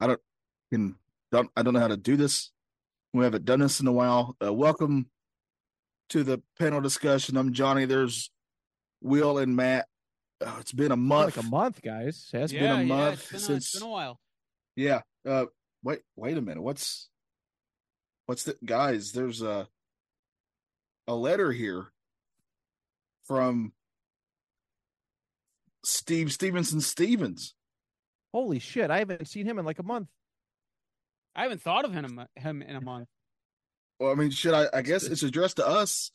I don't can don't I don't know how to do this. We haven't done this in a while. Uh, welcome to the panel discussion. I'm Johnny. There's Will and Matt. Oh, it's been a month. like a month, guys. It's Has been a month it's been, a, since. it's been a while. yeah. Uh, wait. Wait a minute. What's what's the guys? There's a a letter here from Steve Stevenson Stevens. holy shit! I haven't seen him in like a month. I haven't thought of him uh, him in a month. Well, I mean, should I? I guess it's addressed to us.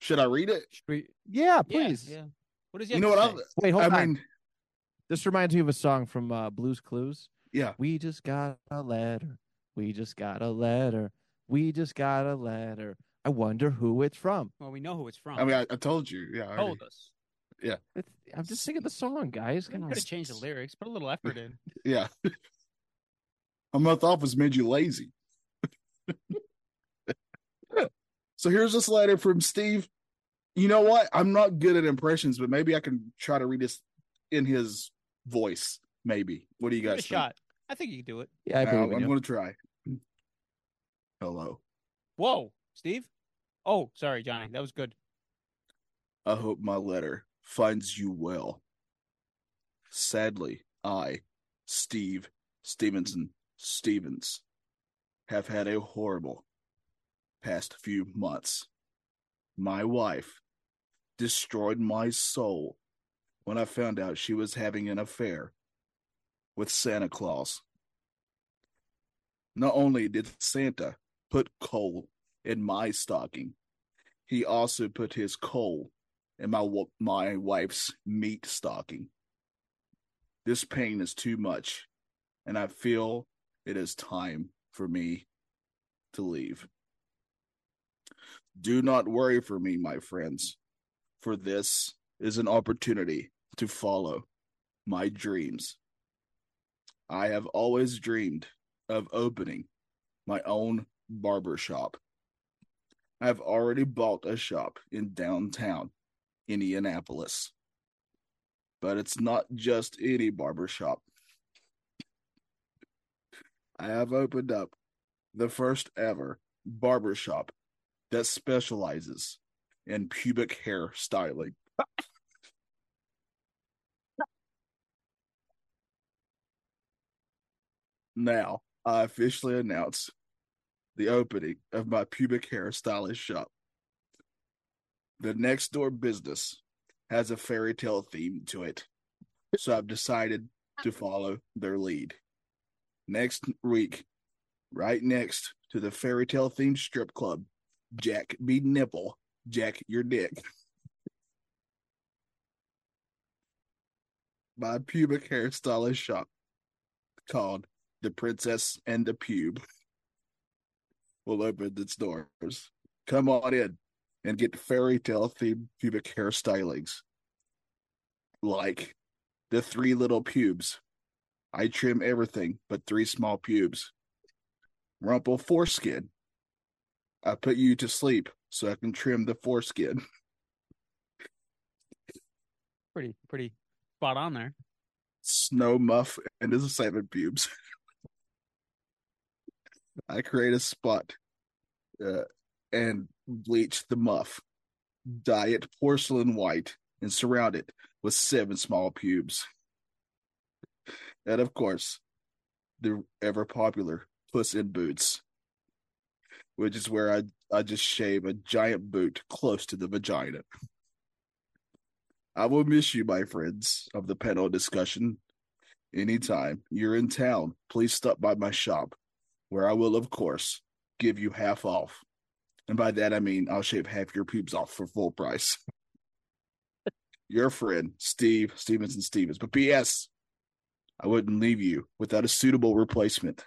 Should I read it? Should we? Yeah, Yeah, please. Yeah. What does he You have know to what? I'll, say? Wait, hold I on. mean, This reminds me of a song from uh, Blues Clues. Yeah. We just got a letter. We just got a letter. We just got a letter. I wonder who it's from. Well, we know who it's from. Oh, I mean, I, I told you. Yeah, I already- told us. It's, I'm just singing the song, guys. Could Come on. have changed the lyrics. Put a little effort in. yeah. a month off has made you lazy. so here's this letter from Steve. You know what? I'm not good at impressions, but maybe I can try to read this in his voice. Maybe. What do you Give it guys a think? shot. I think you can do it. Yeah, I Uh, believe in I'm you. going to try. Hello. Whoa, Steve. Oh, sorry, Johnny. That was good. I hope my letter finds you well. Sadly, I, Steve Stevenson Stevens, have had a horrible past few months. My wife destroyed my soul when I found out she was having an affair with Santa Claus. Not only did Santa put coal in my stocking, he also put his coal and my wa- my wife's meat stocking. This pain is too much, and I feel it is time for me to leave. Do not worry for me, my friends, for this is an opportunity to follow my dreams. I have always dreamed of opening my own barber shop. I've already bought a shop in downtown Indianapolis. But it's not just any barbershop. I have opened up the first ever barbershop that specializes in pubic hair styling. now, I officially announce the opening of my pubic hair stylist shop. The next door business has a fairy tale theme to it. So I've decided to follow their lead. Next week, right next to the fairy tale themed strip club, Jack be nipple, Jack your dick. My pubic hairstylist shop called The Princess and the Pube will open its doors. Come on in and get fairy tale themed pubic hair stylings. Like the three little pubes. I trim everything but three small pubes. Rumple foreskin. I put you to sleep so I can trim the foreskin. Pretty, pretty spot on there. Snow muff and his seven pubes. I create a spot uh, and bleach the muff. Dye it porcelain white and surround it with seven small pubes. And of course, the ever popular Puss in Boots, which is where I, I just shave a giant boot close to the vagina. I will miss you, my friends of the panel discussion. Anytime you're in town, please stop by my shop, where I will, of course, give you half off And by that, I mean I'll shave half your pubes off for full price. your friend, Steve Stevenson Stevens. But P.S., I wouldn't leave you without a suitable replacement.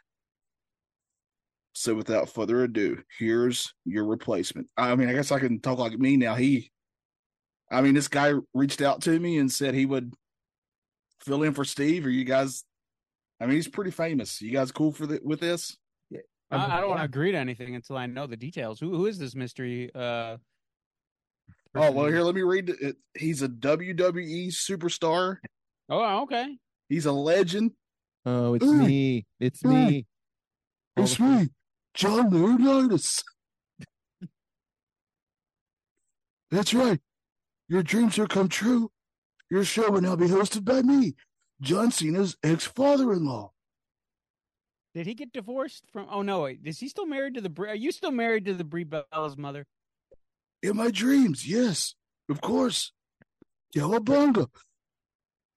So without further ado, here's your replacement. I mean, I guess I can talk like me now. He, I mean, this guy reached out to me and said he would fill in for Steve. Are you guys? I mean, he's pretty famous. You guys cool for the, with this? I, I don't want to Yeah. agree to anything until I know the details. Who who is this mystery? Uh, Oh Oh, person? well, here let me read it. He's a E WWE superstar. Oh, okay. He's a legend. Oh, it's Mm. me. It's Mm. me. All the food- John Laurinaitis. That's right. Your dreams will come true. Your show will now be hosted by me, John Cena's ex-father-in-law. Did he get divorced from? Oh no, wait. Is he still married to the? Br- Are you still married to the Brie Bella's mother? In my dreams, yes, of course. Yellowbonga.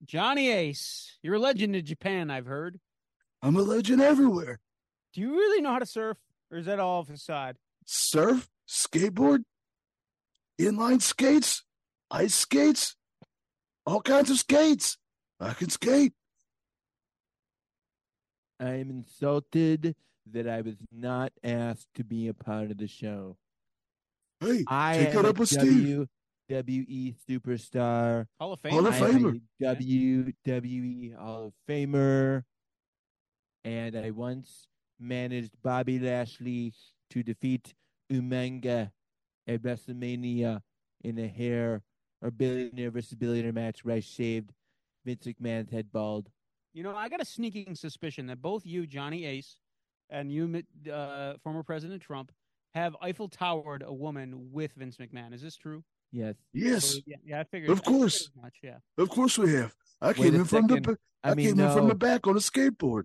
Johnny Ace, you're a legend in Japan. I've heard. I'm a legend everywhere. Do you really know how to surf, or is that all facade? Surf, skateboard, inline skates, ice skates, all kinds of skates. I can skate. I am insulted that I was not asked to be a part of the show. Hey, I Take am it up a with Steve. WWE superstar. Hall of Fame. Hall of I I- am a Famer. WWE Hall of Famer. And I once managed Bobby Lashley to defeat Umanga at WrestleMania in a hair or billionaire versus billionaire match where I shaved Vince McMahon's head bald. You know, I got a sneaking suspicion that both you, Johnny Ace, and you, Mi- uh, former President Trump, have Eiffel Towered a woman with Vince McMahon. Is this true? Yes. Yes, Yeah, yeah I figured. Of I figured course. as much, yeah. of course we have. I Wait came a in from the second. ba- I, I mean, came in from no, the back on a skateboard.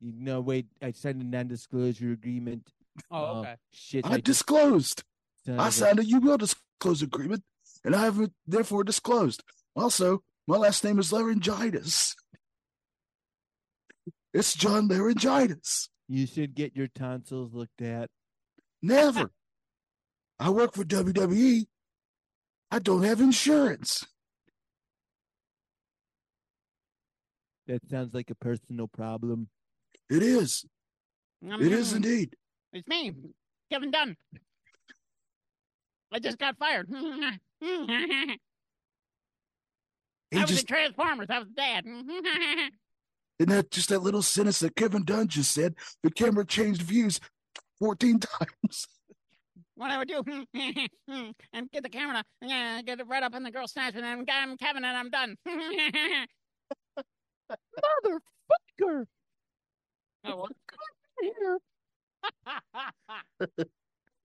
you- no, wait. I signed a non-disclosure agreement. Oh, okay. Shit, I I just disclosed. signed I it. signed a you will disclose agreement, and I have therefore disclosed. Also, my last name is Laryngitis. It's John Laryngitis. You should get your tonsils looked at. Never. I work for WWE. I don't have insurance. That sounds like a personal problem. It is. It is indeed. It's me, Kevin Dunn. I just got fired. I He just Transformers. I was dad. and that just that little sentence that Kevin Dunn just said. The camera changed views fourteen times. what I would do, and get the camera, yeah, get it right up in the girl's snatch, and I'm, I'm Kevin, and I'm done. Motherfucker! Oh, well. Here,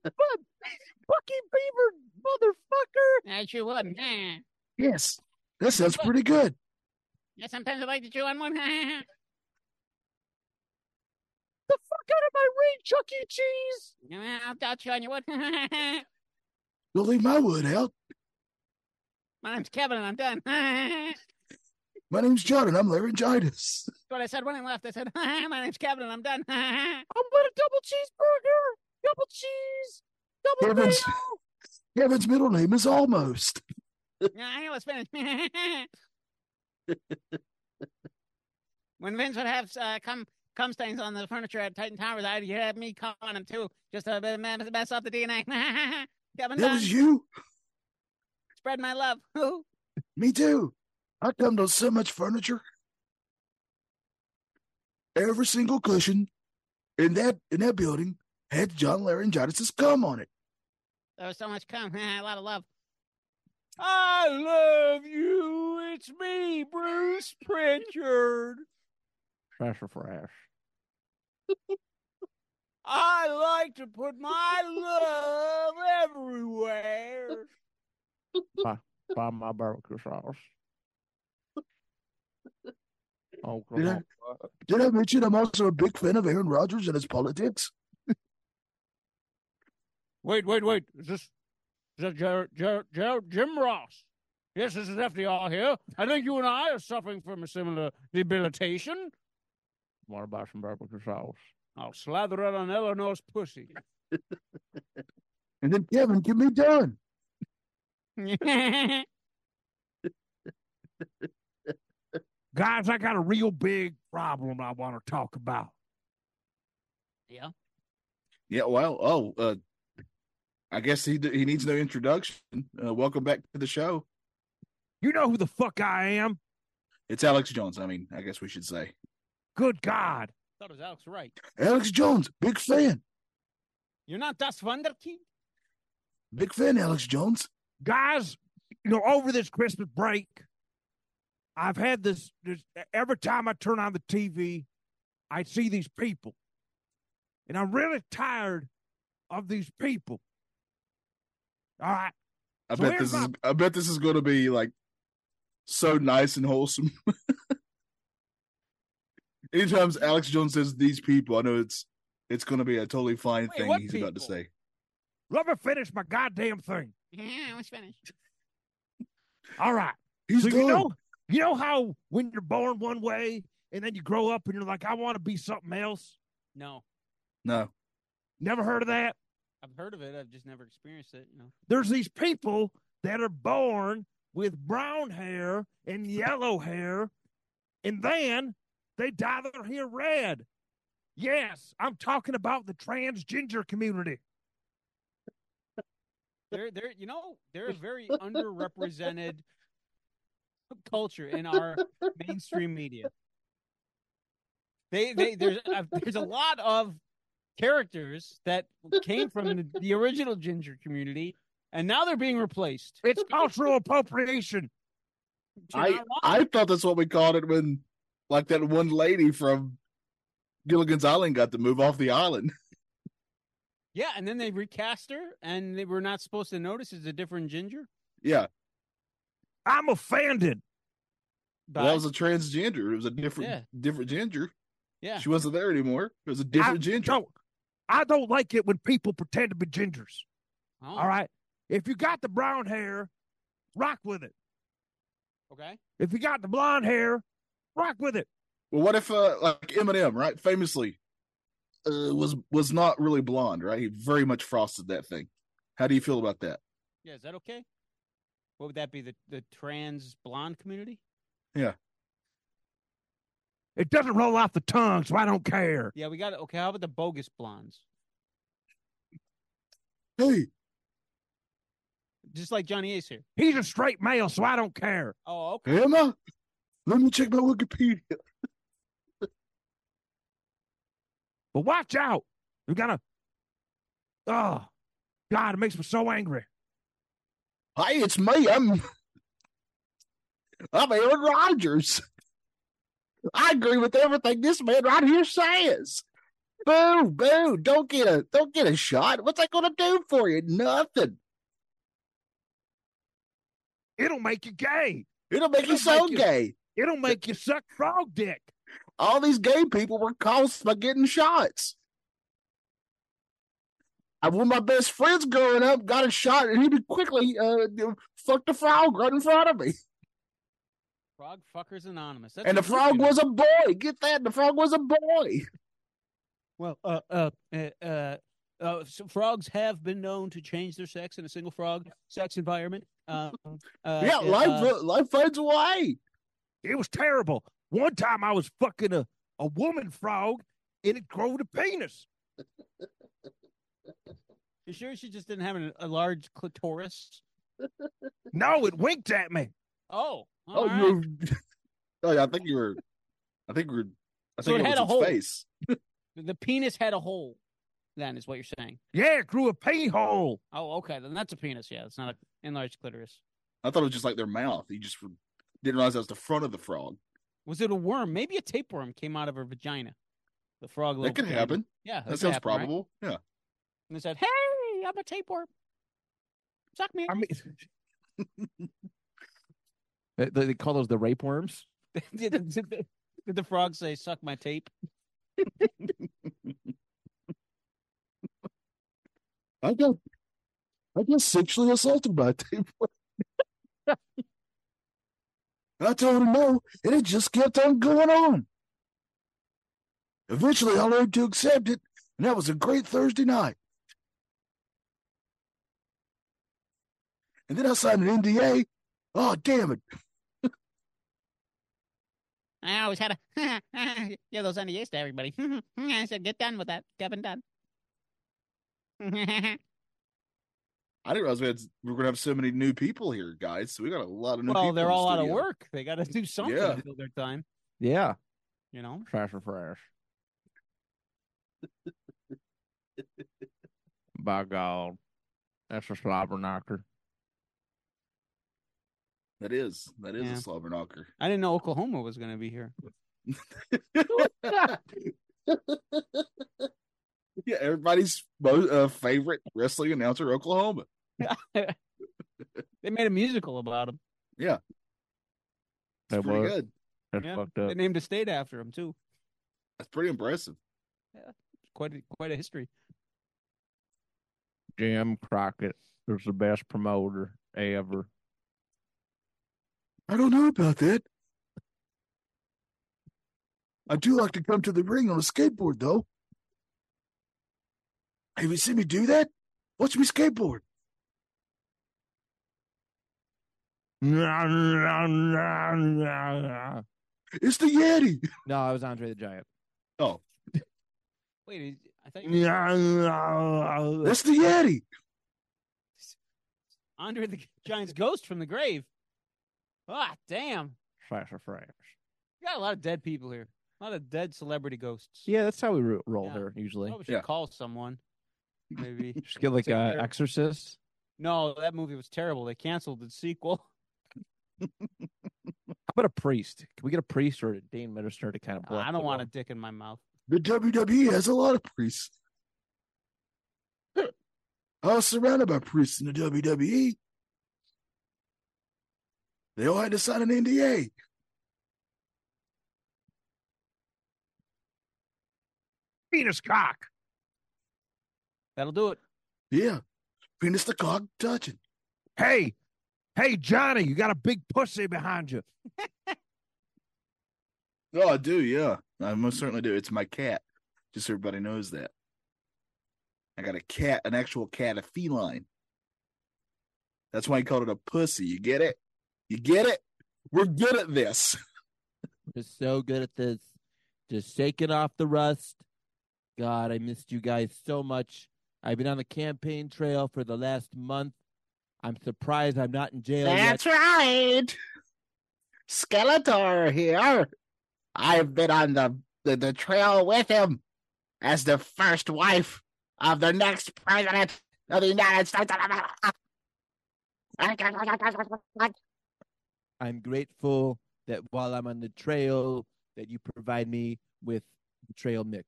Bucky Beaver, motherfucker! I sure would. Yeah, Yes, that sounds pretty good. sometimes I like to chew on one. The fuck out of my ring, Chuck E. Cheese! Yeah, I'll, I'll chew on your wood. Don't leave my wood out. My name's Kevin, and I'm done. That's My name's John, and I'm laryngitis. what I said when I left. I said, my name's Kevin, and I'm done. I'm with a double cheeseburger, double cheese, double Kevin's, mayo. Kevin's middle name is almost. Yeah, I know it's Spanish. when Vince would have uh, come cum stains on the furniture at Titan Towers, I'd have me cum on him too, just to be- mess mess up the DNA. Kevin That Dunn, was you. spread my love. Who? Me too. I come to so much furniture. Every single cushion in that in that building had John Laryngitis' cum on it. There was so much cum, a lot of love. I love you. It's me, Bruce Pritchard. Fresh, fresh. I like to put my love everywhere. Buy my barbecue sauce. Oh, Did I, did I mention I'm also a big fan of Aaron Rodgers and his politics? Wait, wait, wait. Is this is that Ger- Ger- Ger- Jim Ross? Yes, this is FDR here. I think you and I are suffering from a similar debilitation. want to buy some barbecue sauce? I'll slather it on Eleanor's pussy. And then Kevin, get me done. Guys, I got a real big problem I want to talk about. yeah. Yeah. Well. Oh. Uh, I guess he he needs no introduction. Uh, welcome back to the show. You know who the fuck I am? It's Alex Jones. I mean, I guess we should say Good God. Thought it was Alex Wright. Alex Jones. Big fan. You're not Das Wunderkind? Big fan. Alex Jones. Guys, you know, over this Christmas break, I've had this, this every time I turn on the TV, I see these people. And I'm really tired of these people. All right. I So bet here's this is. my- I bet this is going to be like so nice and wholesome. Anytime Alex Jones says these people, I know it's it's going to be a totally fine Wait, thing what he's about to people? say. Let me finish my goddamn thing. Yeah, let's finish. All right. He's so done. you know, you know how when you're born one way and then you grow up and you're like, I want to be something else. No, no. Never heard of that. I've heard of it. I've just never experienced it. You know. There's these people that are born with brown hair and yellow hair, and then they dye their hair red. Yes, I'm talking about the transgender community. They're they're you know they're a very underrepresented culture in our mainstream media. They they there's uh, there's a lot of characters that came from the, the original ginger community, and now they're being replaced. It's cultural appropriation. You're I not wrong. I thought that's what we called it when, like that one lady from Gilligan's Island got to move off the island. yeah, and then they recast her, and they were not supposed to notice it's a different ginger. Yeah, I'm offended. well, that was a transgender. It was a different Yeah. different ginger. yeah, She wasn't there anymore. It was a different ginger. Don't, I don't like it when people pretend to be gingers. Oh, All right. If you got the brown hair, rock with it. okay. If you got the blonde hair, rock with it. Well, what if uh, like Eminem, right? Famously, uh, was was not really blonde, right? He very much frosted that thing. How do you feel about that? Yeah, is that okay? What would that be? The the trans blonde community? It doesn't roll off the tongue, so I don't care. Yeah, we got it. Okay, how about the bogus blondes? Hey, Just like Johnny Ace here. He's a straight male, so I don't care. Oh, okay. Emma, let me check my Wikipedia. But watch out. You gotta Oh God, it makes me so angry. Hi, it's me. I'm I'm Aaron Rodgers. I agree with everything this man right here says. Boo, boo! Don't get a don't get a shot. What's that gonna do for you? Nothing. It'll make you gay. It'll make you It'll so make you- gay. It'll make you suck frog dick. All these gay people were caused by getting shots. And one of my best friends growing up got a shot, and he quickly uh, fucked a frog right in front of me. Frog Fuckers Anonymous. That's And the what you frog do. was a boy. Get that? The frog was a boy. Well, uh, uh, uh, uh, uh, so frogs have been known to change their sex in a single frog sex environment. Um, uh, yeah, uh, life uh, life fades away. It was terrible. One time I was fucking a, a woman frog and it grew to penis. you sure she just didn't have an, a large clitoris? No, it winked at me. Oh, all Oh, right. you oh, yeah, I think you were. I think we're. I So think it it, had was a its hole. face. the penis had a hole. Then is what you're saying. Yeah, it grew a pee hole. Oh, okay. Then that's a penis. Yeah, it's not a enlarged clitoris. I thought it was just like their mouth. You just re- didn't realize that was the front of the frog. Was it a worm? Maybe a tapeworm came out of her vagina. The frog. that little could vagina. happen. Yeah, That could sounds happen, right? probable. Yeah. And they said, "Hey, I'm a tapeworm. Suck me." I mean, They, they call those the rape worms. did, the- did the, did the frog say, "Suck my tape"? I got. I got sexually assaulted by a tapeworm. I told him no, and it just kept on going on. Eventually, I learned to accept it, and that was a great Thursday night. and then I signed an NDA. Oh, damn it. I always had a yeah those NDAs to everybody. I said, get done with that, Kevin Dunn. I didn't realize we had we were gonna have so many new people here, guys. So we got a lot of new well, people. they're in the all out of studio. work. They got to do something Yeah. to fill their time. Yeah. You know, Trash or fresh. By God. That's a slobber knocker. That is that is Yeah. a slobber knocker. I didn't know Oklahoma was going to be here. yeah, everybody's mo- uh, favorite wrestling announcer, Oklahoma. They made a musical about him. That's That pretty was- good. That's Yeah. fucked up. They named a state after him too. That's pretty impressive. Quite a, quite a history. Jim Crockett is the best promoter ever. I don't know about that. I do like to come to the ring on a skateboard, though. Have you seen me do that? Watch me skateboard. no, It's the Yeti. it was Andre the Giant. Oh, Wait, is- I thought you Yeah. that's the Yeti. Andre the Giant's ghost from the grave. Ah, damn. Slash or fresh. We got a lot of dead people here. A lot of dead celebrity ghosts. Yeah, that's how we ro- roll Yeah. here usually. Probably should Yeah. call someone. Maybe. Just get like Take uh, care. Exorcist. no, that movie was terrible. They canceled the sequel. How about a priest? Can we get a priest or a Dane minister to kind of? I don't want a dick in my mouth. The E WWE has a lot of priests. I was surrounded by priests in the WWE. They all had to sign an NDA. Penis cock. That'll do it. Yeah. Penis the cock touching. Hey, hey, Johnny, you got a big pussy behind you. Oh, I do, yeah. I most certainly do. It's my cat. Just so everybody knows that. I got a cat, an actual cat, a feline. That's why he called it a pussy. You get it? You get it? We're good at this. Just so good at this. Just shaking off the rust. God, I missed you guys so much. I've been on the campaign trail for the last month. I'm surprised I'm not in jail yet. right. Skeletor here. I've been on the, the the trail with him as the first wife of the next president of the United States of America. I'm grateful that while I'm on the trail, that you provide me with the trail mix.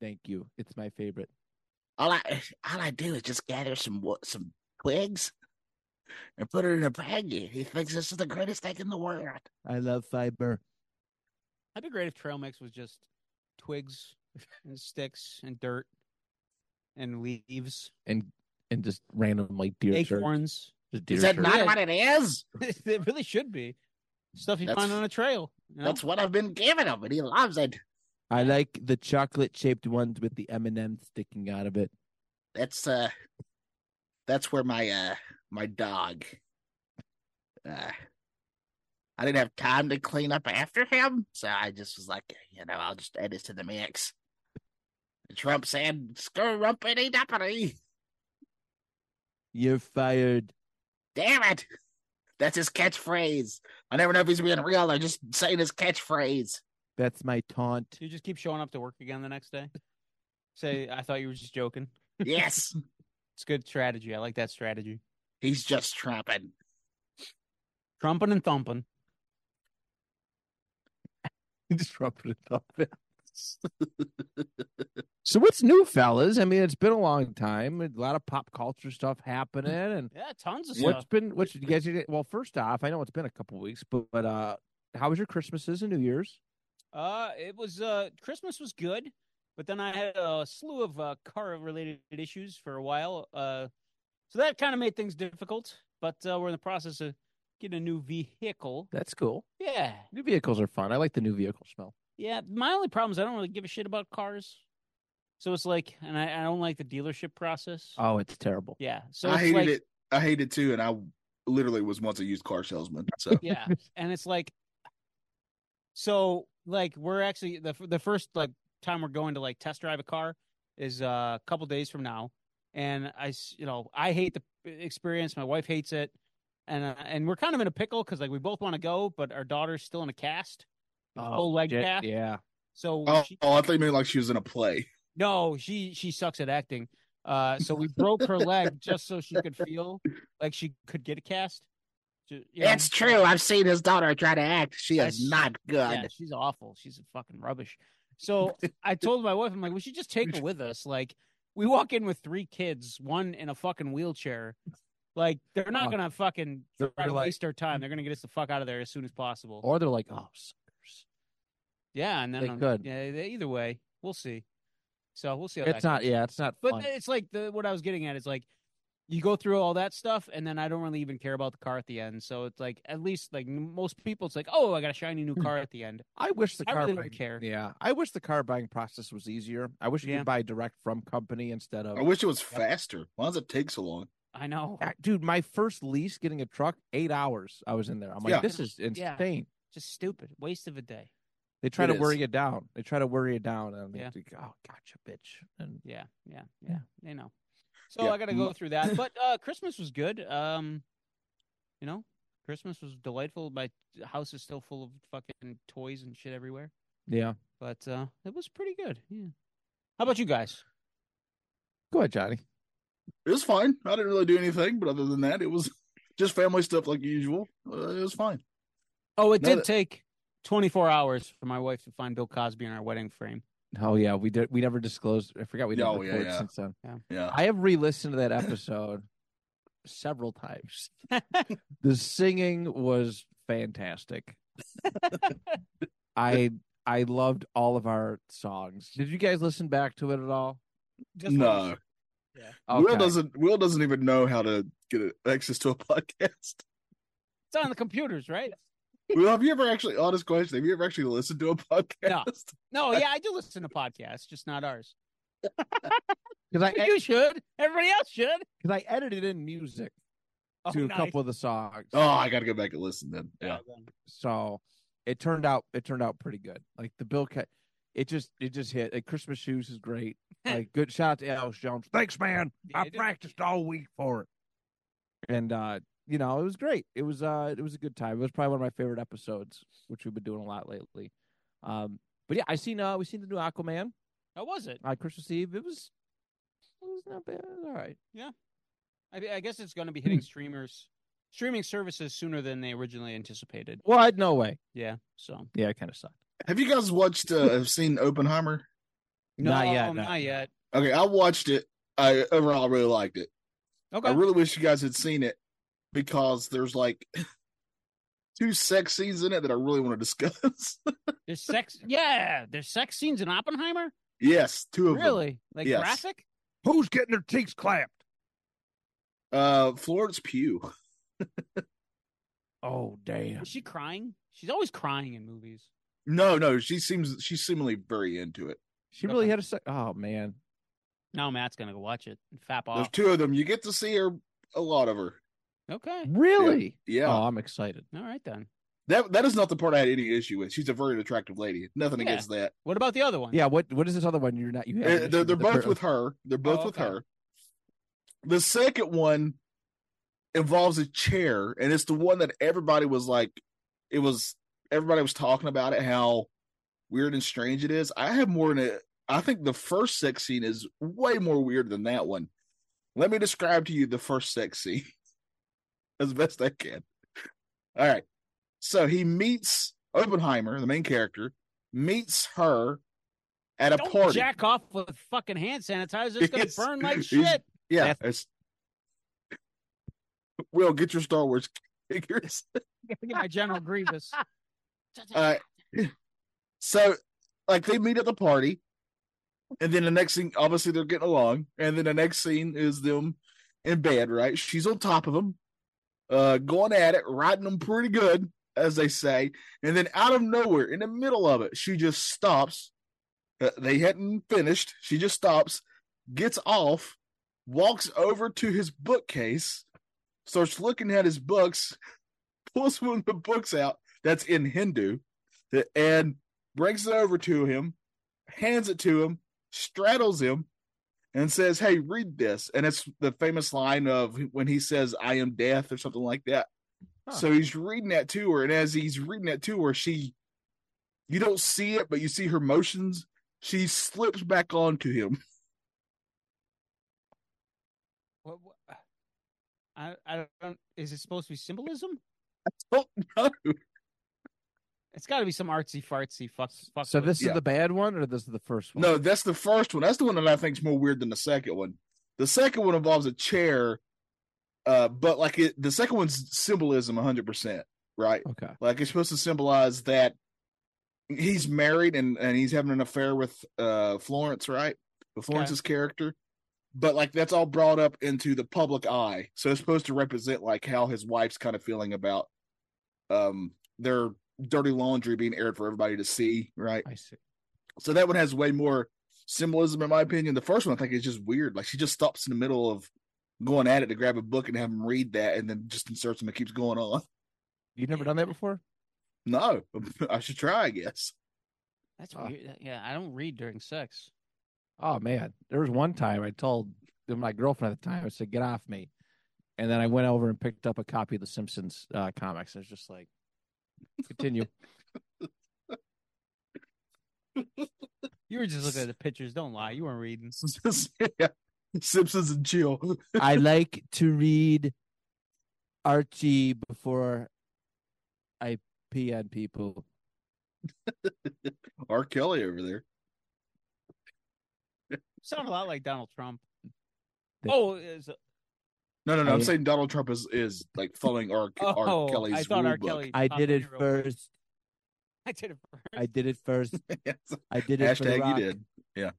Thank you. It's my favorite. All I all I do is just gather some wo- some twigs and put it in a baggie. He thinks this is the greatest thing in the world. I love fiber. That'd be great if trail mix was just twigs and sticks and dirt and leaves, And and just random like deer turds. acorns. Just deer Is that turds. not what it is? it really should be stuff you That's- find on a trail. you know? That's what I've been giving him, and he loves it. I like the chocolate shaped ones with the M and M sticking out of it. That's uh, that's where my uh my dog. Uh, I didn't have time to clean up after him, so I just was like, you know, I'll just add this to the mix. Trump said, "Screw rumpity dumpity." You're fired. Damn it. That's his catchphrase. I never know if he's being real or just saying his catchphrase. That's my taunt. you just keep showing up to work again the next day. Say, I thought you were just joking. Yes, It's good strategy. I like that strategy. he's just trumping. Trumping and thumping. Just rub it up. so what's new, fellas? I mean, it's been a long time. A lot of pop culture stuff happening, and Yeah, tons of what's stuff. been what's you guys? Well, first off, I know it's been a couple weeks, but but uh, how was your Christmases and New Year's? Uh, it was uh, Christmas was good, but then I had a slew of uh, car related issues for a while. Uh, so that kind of made things difficult. But uh, we're in the process of getting a new vehicle. That's cool. Yeah, New vehicles are fun. I like the new vehicle smell. yeah. My only problem is I don't really give a shit about cars. So it's like, and I, I don't like the dealership process. Oh, it's terrible. yeah. So I it's hated like, it I hate it too, and I literally was once a used car salesman. So yeah and it's like so like we're actually the f- the first like time we're going to like test drive a car is uh, a couple days from now and i s- you know i hate the p- experience my wife hates it and uh, and we're kind of in a pickle because like we both want to go but our daughter's still in a cast a full Oh, leg Oh, shit, cast yeah. so oh, she, oh, I thought you meant like she was in a play. no she she sucks at acting uh so we broke her leg just so she could feel like she could get a cast Ju- you know? It's true. I've seen his daughter try to act. She I is see. not Yeah, good. she's awful. She's a fucking rubbish. So I told my wife, I'm like, we should just take her with us. Like, we walk in with three kids, one in a fucking wheelchair. Like, they're not Oh. gonna fucking They're try to like- waste our time. They're gonna get us the fuck out of there as soon as possible. Or they're like, oh, suckers. yeah, and then they I'm- could. Yeah, they- either way, we'll see. So we'll see. How It's that not. goes. Yeah, it's not But fun. it's like the what I was getting at is like you go through all that stuff, and then I don't really even care about the car at the end. So it's like at least like m- most people, it's like, oh, I got a shiny new car at the end. Hmm. I wish the I car really don't buying, care. Yeah, I wish the car buying process was easier. I wish you Yeah. could buy direct from company instead of. I wish it was faster. Why does it take so long? I know. Ah, Dude, my first lease getting a truck, eight hours. I was in there. I'm like, Yeah. this is Yeah. insane. Just stupid. Waste of a day. They try It to is. worry it down. They try to worry it down, and Yeah. yeah. they go, "Oh, gotcha, bitch." And Yeah, yeah, yeah. They know. So Yeah, I got to go through that. But uh Christmas was good. Um, you know, Christmas was delightful. My house is still full of fucking toys and shit everywhere. yeah, But uh it was pretty good. Yeah. How about you guys? go ahead, Johnny. It was fine. I didn't really do anything, but other than that, it was just family stuff like usual. Uh, it was fine. Oh, it No, did that- take 24 hours for my wife to find Bill Cosby in our wedding frame. Oh yeah, we did. We never disclosed. I forgot we didn't Oh, yeah, record yeah. since then. Yeah. I have re-listened to that episode several times. the singing was fantastic. I I loved all of our songs. Did you guys listen back to it at all? Just no. Will Okay. doesn't. Will doesn't even know how to get access to a podcast. It's on the computers, right? Will, have you ever actually? Honest question. Have you ever actually listened to a podcast? No, yeah, I do listen to podcasts, just not ours. Because I You should. Everybody else should. because I edited in music Oh, to a nice. couple of the songs. Oh, I got to go back and listen then. Yeah. so it turned out it turned out pretty good. Like the Bill cut, it just it just hit. Like Christmas shoes is great. Like good shout out to Alex Jones Thanks, man. Yeah, I it is- practiced all week for it. and uh you know it was great. It was uh it was a good time. It was probably one of my favorite episodes, which we've been doing a lot lately. Um, but yeah, I seen uh we seen the new Aquaman How was it? on Christmas Eve. It was it was not bad. It was all right. I, I guess it's going to be Hmm. hitting streamers, streaming services sooner than they originally anticipated. What? No way. Yeah. So Yeah, it kind of sucked. Have you guys watched? Uh, have seen Oppenheimer? Not No, yet, no. Not yet. Okay, I watched it. I overall really liked it. Okay. I really wish you guys had seen it because there's like two sex scenes in it that I really want to discuss. there's sex. Yeah. There's sex scenes in Oppenheimer. yes, two of them. Really? Like Yes. graphic? Who's getting their cheeks clapped? Uh, Florence Pugh. Oh damn. Was she crying? She's always crying in movies. No, no, she seems she's seemingly very into it. She really Okay. had a sec- oh man. Now Matt's gonna go watch it and fap There's off. two of them. You get to see her a lot of her. okay. Really? Yeah, Oh, I'm excited. All right then. that that is not the part I had any issue with. She's a very attractive lady. Nothing Yeah. against that. What about the other one? Yeah, what what is this other one you're not you have? Uh, an issue they're, they're The both fir- with her. They're both with okay. her. The second one involves a chair, and it's the one that everybody was like, it was everybody was talking about it, how weird and strange it is. I have more than a, I think the first sex scene is way more weird than that one. Let me describe to you the first sex scene as best I can. All right. So he meets Oppenheimer, the main character, meets her at a Don't party. jack off with fucking hand sanitizer. It's gonna Yes. burn like He's- shit. Yeah, it's Will get your Star Wars figures. Look at my General Grievous. Uh, so, like, they meet at the party, and then the next scene, obviously, they're getting along, and then the next scene is them in bed. Right, she's on top of him, uh, going at it, riding them pretty good, as they say, and then out of nowhere, in the middle of it, she just stops. Uh, they hadn't finished. She just stops, gets off, walks over to his bookcase, starts looking at his books, pulls one of the books out that's in Hindu, th- and brings it over to him, hands it to him, straddles him, and says, Hey, read this. And it's the famous line of when he says, I am death or something like that. Huh. So he's reading that to her, and as he's reading that to her, she you don't see it, but you see her motions. She slips back onto him. What, what? I I don't. Is it supposed to be symbolism? Oh no. It's got to be some artsy fartsy fuck. fuck So this Yeah. is the bad one, or this is the first one? No, that's the first one. That's the one that I think is more weird than the second one. The second one involves a chair, uh, but like it, the second one's symbolism 100%, right? Okay. Like it's supposed to symbolize that he's married and, and he's having an affair with uh, Florence, right? With Florence's character. But like that's all brought up into the public eye. So it's supposed to represent like how his wife's kind of feeling about um their dirty laundry being aired for everybody to see, right? I see. So that one has way more symbolism, in my opinion. The first one, I think, is just weird. Like she just stops in the middle of going at it to grab a book and have him read that, and then just inserts him and keeps going on. You've never done that before? No, I should try, I guess. That's Ah. weird. That- Yeah, I don't read during sex. Oh man, there was one time I told my girlfriend at the time, I said, "Get off me," and then I went over and picked up a copy of the Simpsons uh, comics. I was just like, "Continue." You were just looking at the pictures. Don't lie. You weren't reading. yeah. Simpsons and chill. I like to read Archie before I pee on people. R. Kelly over there. Sound a lot like Donald Trump. The- Oh, is, No, no, no. I'm I- saying Donald Trump is is like following R. K- R. oh, Kelly's I thought rule R. book. Kelly. I popped did in it real quick. first. I did it first. I did it first. Yes. I did it for the Hashtag rock. you did.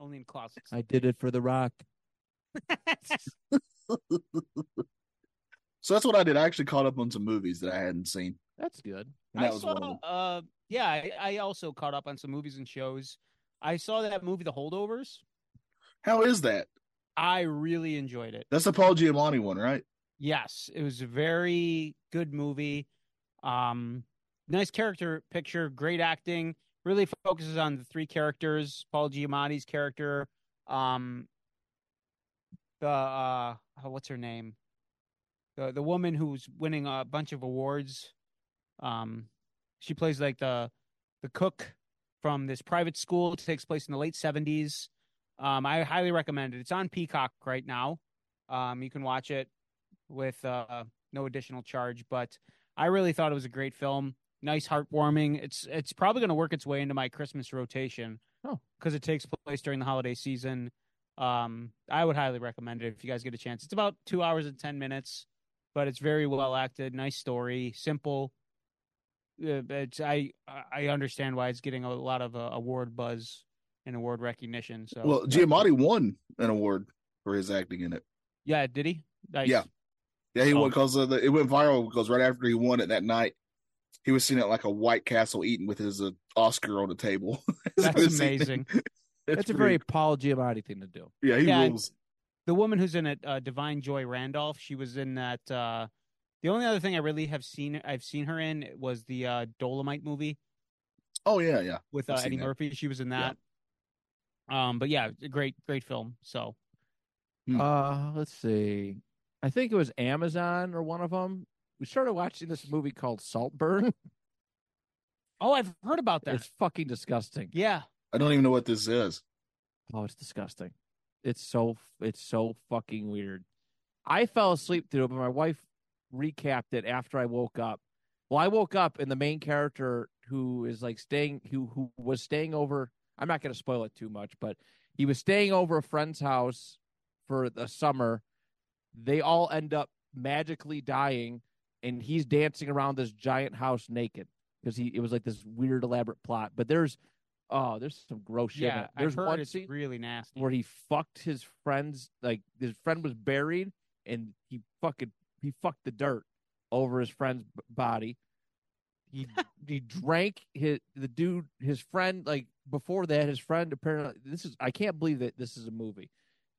Only in closets. I did it for the rock. So that's what I did. I actually caught up on some movies that I hadn't seen. That's good. And that I was saw. one of them. Uh, yeah, I, I also caught up on some movies and shows. I saw that movie, The Holdovers. How is that? I really enjoyed it. That's the Paul Giamatti one, right? Yes, it was a very good movie. Um, nice character picture, great acting. Really focuses on the three characters: Paul Giamatti's character, um, the uh, oh, what's her name, the the woman who's winning a bunch of awards. Um, she plays like the the cook from this private school. It takes place in the late seventies. Um, I highly recommend it. It's on Peacock right now. Um, you can watch it with uh, no additional charge. But I really thought it was a great film. Nice, heartwarming. It's it's probably going to work its way into my Christmas rotation. Oh. because it takes place during the holiday season. Um, I would highly recommend it if you guys get a chance. It's about two hours and ten minutes, but it's very well acted. Nice story, simple. Uh, It's, I I understand why it's getting a lot of uh, award buzz and award recognition. So Well, Giamatti won an award for his acting in it. yeah, did he? Nice. Yeah. Yeah, he Oh. went because of the, it went viral because right after he won it that night, he was seen at like a White Castle eating with his uh, Oscar on the table. That's He was eating- amazing. That's, That's a very pretty- Paul Giamatti thing to do. yeah. He Yeah, and- rules. the woman who's in it, uh, Divine Joy Randolph. She was in that. Uh, the only other thing I really have seen I've seen her in was the uh, Dolomite movie Oh yeah, yeah. with I've uh, seen Eddie that. Murphy. She was in Yeah. that. Um, but yeah, a great, great film. So Hmm. Uh, let's see. I think it was Amazon or one of them. We started watching this movie called Saltburn. oh, I've heard about that. It's fucking disgusting. yeah, I don't even know what this is. Oh, it's disgusting. It's so it's so fucking weird. I fell asleep through it, but my wife recapped it after I woke up. Well, I woke up and the main character who is like staying who who was staying over I'm not gonna spoil it too much, but he was staying over a friend's house for the summer. They all end up magically dying and he's dancing around this giant house naked because he it was like this weird elaborate plot. But there's oh, there's some gross shit. in yeah. it. There's I've heard one it's scene really nasty. where he fucked his friend's like his friend was buried and he fucking he fucked the dirt over his friend's b- body. He he drank his the dude his friend like before that his friend apparently this is I can't believe that this is a movie.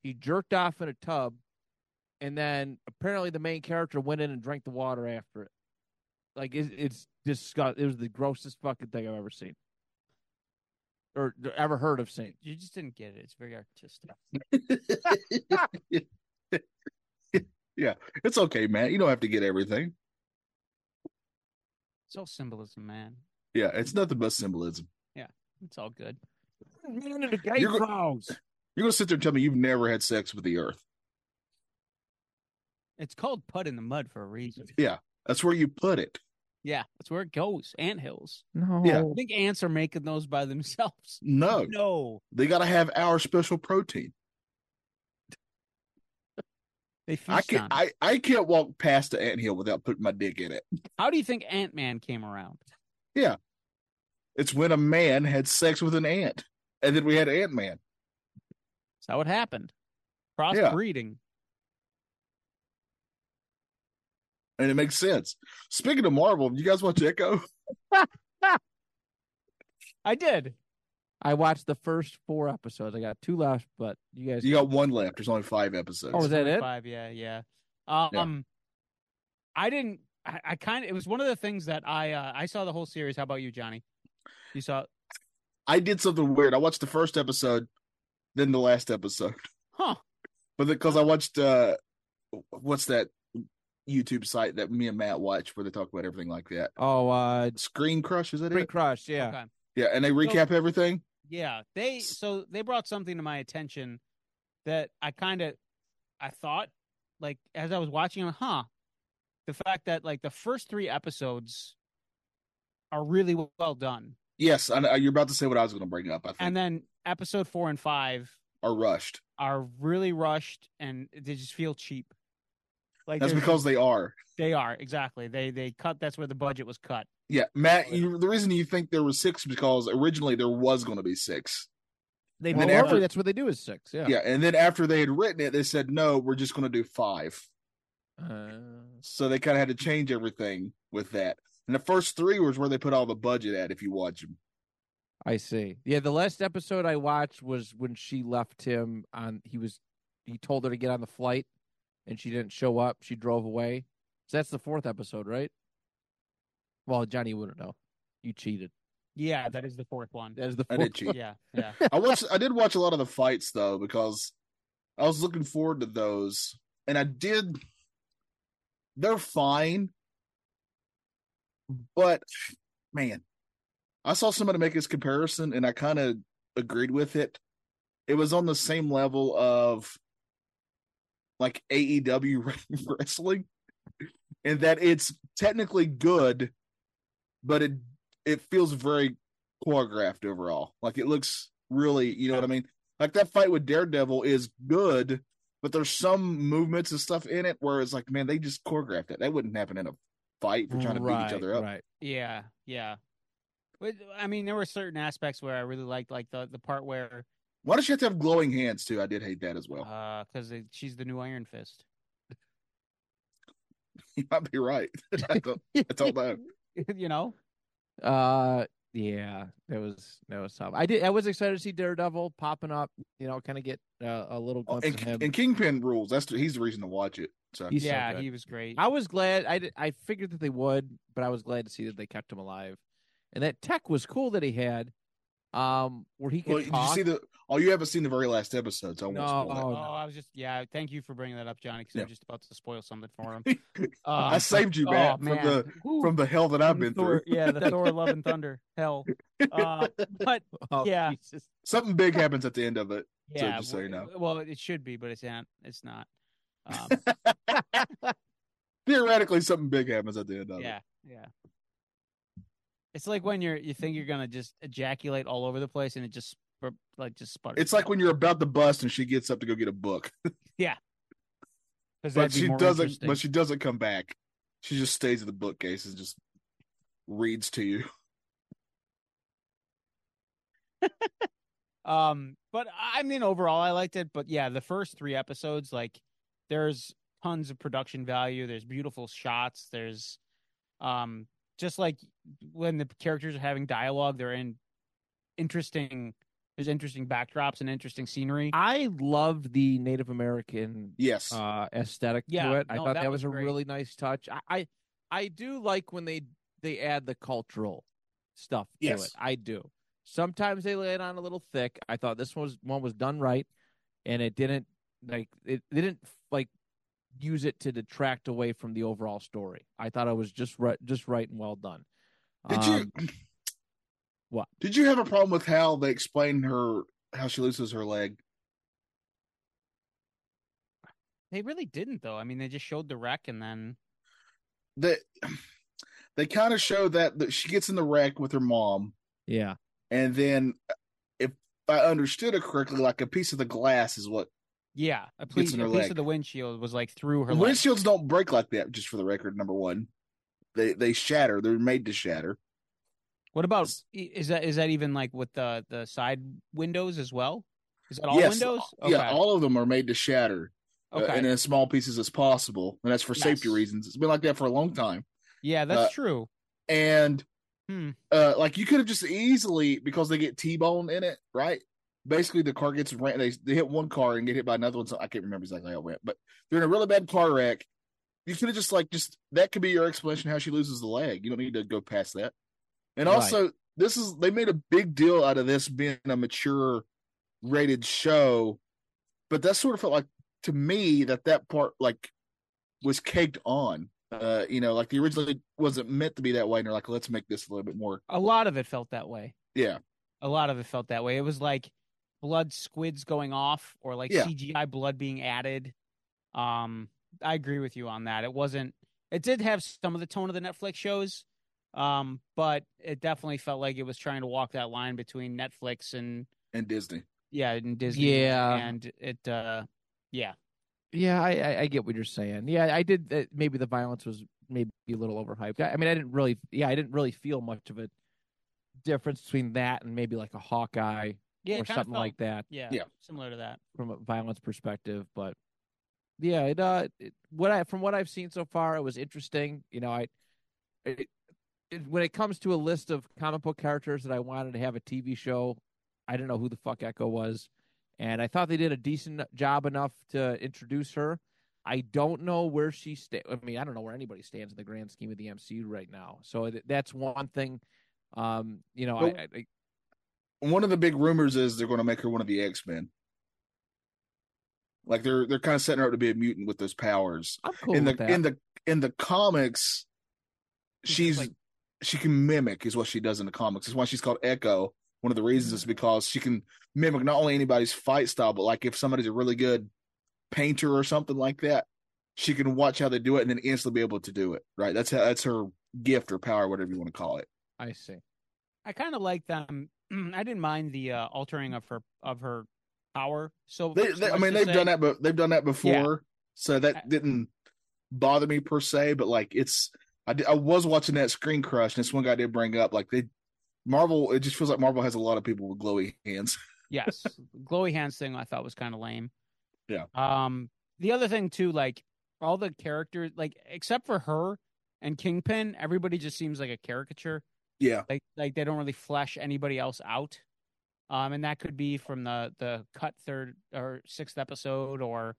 He jerked off in a tub and then apparently the main character went in and drank the water after it. Like it, it's disgust. It was the grossest fucking thing I've ever seen, or ever heard of seeing. You just didn't get it. It's very artistic. yeah, it's okay, man. You don't have to get everything. It's all symbolism, man. Yeah, it's nothing but symbolism. It's all good. Man of the gay You're go- frogs. You're gonna sit there and tell me you've never had sex with the Earth. It's called put in the mud for a reason. That's where you put it. Yeah, that's where it goes. Ant hills. No. I think ants are making those by themselves. No, No, they gotta have our special protein. I they feast can't. on. it. I, I can't walk past the anthill without putting my dick in it. How do you think Ant Man came around? It's when a man had sex with an ant, and then we had Ant Man. That's how it happened. Crossbreeding. and it makes sense. Speaking of Marvel, you guys watch Echo? I did. I watched the first four episodes. I got two left, but you guys. You got one left. There's only five episodes. Oh, is that it? Five. Yeah, yeah. Um, Yeah. I didn't. I, I kind of. It was one of the things that I uh, I saw the whole series. How about you, Johnny? You saw? I did something weird. I watched the first episode, then the last episode, Huh? but because I watched uh, what's that YouTube site that me and Matt watch where they talk about everything like that? Oh, uh, Screen Crush is that Spring it? Crush. Yeah. Okay. Yeah, and they recap everything. Yeah, they so they brought something to my attention that I kind of I thought like as I was watching it, huh? The fact that like the first three episodes are really well done, Yes, I, know- you're about to say what I was going to bring up. I think and then episode four and five are rushed. are really rushed and they just feel cheap. Like That's there's- because they are. they are exactly they they cut. That's where the budget was cut. Yeah, Matt. You, the reason you think there were six because originally there was going to be six. They And then well, after- normally that's what they do is six. Yeah. yeah, and then after they had written it, they said no, we're just going to do five. Uh, so they kind of had to change everything with that. And the first three was where they put all the budget at. If you watch them, I see. Yeah, the last episode I watched was when she left him on he was he told her to get on the flight and she didn't show up. She drove away. So that's the fourth episode, right? Well, Johnny wouldn't know. You cheated. Yeah, that is the fourth one. That is the I fourth did cheat. Yeah, yeah. I watched. I did watch a lot of the fights though because I was looking forward to those, and I did. They're fine, but man, I saw somebody make this comparison, and I kind of agreed with it. It was on the same level of like AEW wrestling, in that it's technically good, but it it feels very choreographed overall. Like it looks really, you know what I mean? Like that fight with Daredevil is good, but there's some movements and stuff in it where it's like, man, they just choreographed that. That wouldn't happen in a fight. They're trying to beat Right, each other up. Right. Yeah, yeah. But I mean, there were certain aspects where I really liked, like the the part where Why does she have to have glowing hands too? I did hate that as well. uh because she's the new Iron Fist. you might be right. I don't, I don't know. you know, Uh yeah, that was that was something. I did I was excited to see Daredevil popping up, you know, kind of get uh, a little Oh, glimpse of him. and, and Kingpin rules. That's the, he's the reason to watch it. So He's so yeah, good. he was great. I was glad. I did- I figured that they would, but I was glad to see that they kept him alive. And that tech was cool that he had, um, where he could well, did you talk. see the? Oh, you haven't seen the very last episode. So I won't spoil that. Oh, Oh, no. I was just yeah. Thank you for bringing that up, Johnny, because Yeah. I'm just about to spoil something for him. Uh, I saved you, oh, man, from man. the Woo. from the hell that I've been Thor, through. yeah, the Thor Love and Thunder hell. Uh, but Oh, yeah. Jesus. Something big happens at the end of it. So yeah, just so you w- well, it should be, but it's not. It's not. Um, Theoretically, something big happens at the end of it. yeah, yeah. It's like when you're you think you're gonna just ejaculate all over the place and it just sp- like just sputters. It's like when you're about to bust and she gets up to go get a book, but she doesn't. But she doesn't come back. She just stays at the bookcase and just reads to you. Um, but I mean, overall, I liked it. But yeah, the first three episodes, like, there's tons of production value. There's beautiful shots. There's, um, just like when the characters are having dialogue, they're in interesting. There's interesting backdrops and interesting scenery. I loved the Native American Yes. uh aesthetic Yeah, to it. I no, thought that that, was, was a great. really nice touch. I, I I do like when they they add the cultural stuff to it. Yes. I do. Sometimes they lay it on a little thick. I thought this was one was done right and it didn't like it they didn't like use it to detract away from the overall story. I thought it was just right just right and well done. Did Um, you what? Did you have a problem with how they explain her how she loses her leg? They really didn't though. I mean, they just showed the wreck and then That they kind of show that, that she gets in the wreck with her mom, Yeah. and then if I understood it correctly, like a piece of the glass is what yeah, a piece, a in her piece leg. of the windshield was like through her. the leg. windshields don't break like that. Just for the record, number one, they they shatter. They're made to shatter. What about S- i- is that is that even like with the the side windows as well? Is that all Yes, windows? Yeah, all of them are made to shatter uh, okay. and in as small pieces as possible, and that's for safety Yes. reasons. It's been like that for a long time. yeah, that's uh, true. and Hmm. uh like you could have just easily because they get T-bone in it, right? Basically, the car gets ran. They, they hit one car and get hit by another one. So I can't remember exactly how it went, but they're in a really bad car wreck. You could have just like just that could be your explanation how she loses the leg. You don't need to go past that. And Right. also, this is they made a big deal out of this being a mature rated show, but that sort of felt like to me that that part like was caked on. Uh, you know, like the originally wasn't meant to be that way, and they're like, let's make this a little bit more. A lot of it felt that way. Yeah, A lot of it felt that way. It was like blood squids going off or like Yeah. CGI blood being added. Um I agree with you on that. It wasn't it did have some of the tone of the Netflix shows. Um but it definitely felt like it was trying to walk that line between Netflix and and Disney. yeah, and Disney Yeah. and it uh yeah. Yeah, I, I, I get what you're saying. Yeah, I did. Uh, maybe the violence was maybe a little overhyped. I, I mean, I didn't really. Yeah, I didn't really feel much of a difference between that and maybe like a Hawkeye Yeah, it or kinda something felt- like that Yeah, Yeah. similar to that. from a violence perspective. But yeah, it, uh, it, what I from what I've seen so far, it was interesting. You know, I it, it, when it comes to a list of comic book characters that I wanted to have a TV show, I didn't know who the fuck Echo was, and I thought they did a decent job enough to introduce her. I don't know where she sta I mean, I don't know where anybody stands in the grand scheme of the MCU right now. So th- that's one thing. Um, you know, I, Nope. I, I One of the big rumors is they're going to make her one of the X Men. Like they're they're kind of setting her up to be a mutant with those powers. I'm cool in the with that. in the in the comics, She's she's just like- she can mimic is what she does in the comics. It's why she's called Echo. One of the reasons Mm. is because she can mimic not only anybody's fight style, but like if somebody's a really good painter or something like that, she can watch how they do it and then instantly be able to do it. Right? That's how that's her gift or power, whatever you want to call it. I see. I kind of like them. I didn't mind the uh, altering of her of her power. So They, so they, I much mean, to they've say. done that, but they've done that before, so I- that didn't bother me per se. But like, it's I, di- I was watching that Screen Crush, and this one guy did bring up like they Marvel. It just feels like Marvel has a lot of people with glowy hands. yes, glowy hands thing I thought was kind of lame. Yeah. Um, the other thing too, like all the characters, like except for her and Kingpin, everybody just seems like a caricature. Yeah, Like like they don't really flesh anybody else out. Um, and that could be from the the cut third or sixth episode or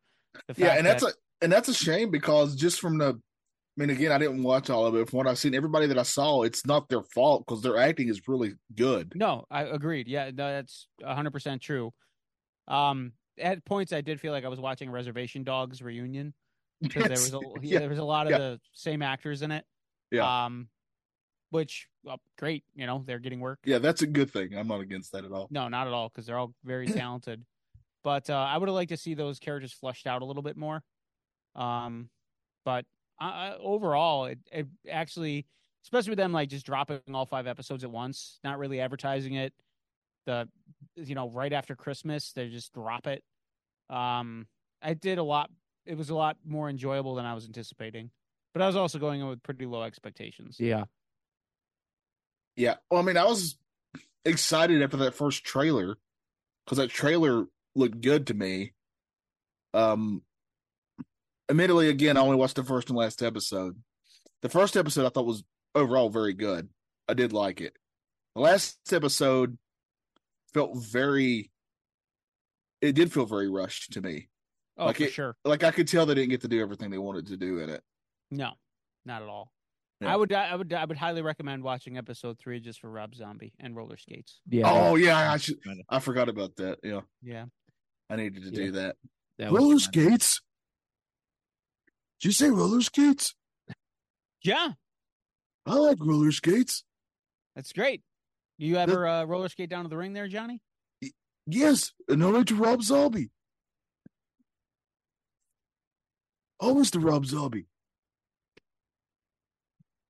the fact yeah, and that's that- a and that's a shame because just from the. I mean, again, I didn't watch all of it. From what I've seen, everybody that I saw, it's not their fault because their acting is really good. No, I agreed. Yeah, no, that's 100% true. Um at points I did feel like I was watching Reservation Dogs reunion because Yes. there was a yeah, Yeah. there was a lot of Yeah. the same actors in it. Yeah. Um which well, great, you know, they're getting work. Yeah, that's a good thing. I'm not against that at all. No, not at all cuz they're all very talented. But uh I would have liked to see those characters flushed out a little bit more. Um but I, I, overall it, it actually especially with them like just dropping all five episodes at once, not really advertising it. The you know, right after Christmas, they just drop it. Um I did a lot it was a lot more enjoyable than I was anticipating. But I was also going in with pretty low expectations. Yeah. Yeah. Well, I mean, I was excited after that first trailer because that trailer looked good to me. Um, admittedly, again, I only watched the first and last episode. The first episode I thought was overall very good. I did like it. The last episode felt very it did feel very rushed to me. Oh, Like for it- sure. Like I could tell they didn't get to do everything they wanted to do in it. No, not at all. Yeah. I would, I would, I would highly recommend watching episode three just for Rob Zombie and roller skates. Yeah. Oh yeah, I should I forgot about that. Yeah. Yeah, I needed to Yeah. do that. that was roller fun. skates? Did you say roller skates? yeah, I like roller skates. that's great. You ever uh, roller skate down to the ring there, Johnny? Yes, and no need to Rob Zombie. Always the Oh, Rob Zombie.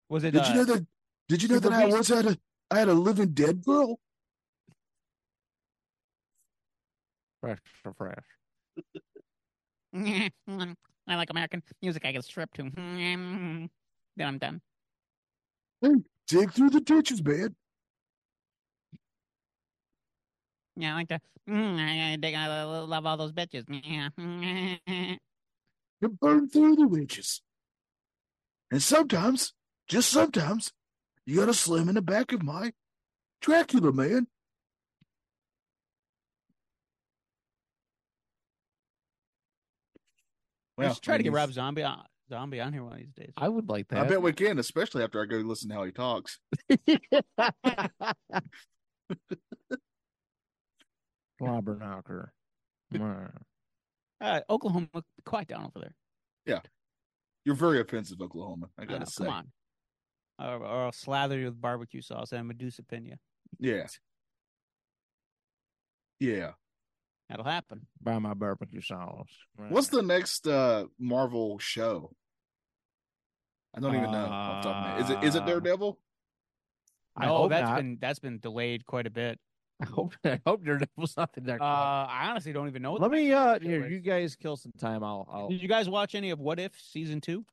Was it? Did uh, you know that? Did you know that I Superbeast? once had a I had a living dead girl? Fresh for fresh. I like American music. I get stripped to. Then I'm done. Dig through the ditches, man. Yeah, I like to. I, love all those bitches. Yeah. And burn through the witches. And sometimes, just sometimes, you gotta slam in the back of my Dracula man. We should try to get Rob Zombie on, Zombie on here one of these days. I would like that. I bet we can, especially after I go listen to how he talks. Slobberknocker. Mwah. Uh, Oklahoma, quiet down over there. You're very offensive, Oklahoma. I Uh, Oh, gotta say. come on. Or, or I'll slather you with barbecue sauce and Medusa pin you. Yeah. Yeah. That'll happen. Buy my barbecue sauce. What's the next uh Marvel show? I don't even know. off the top of my head. Is it is it Um, Uh, Daredevil? I no, hope Oh, that's not. been that's been delayed quite a bit. I hope I hope Daredevil's not the next Uh, I honestly don't even know. one. Let me uh here, Anyways. you guys kill some time. I'll I'll Did you guys watch any of What If season two?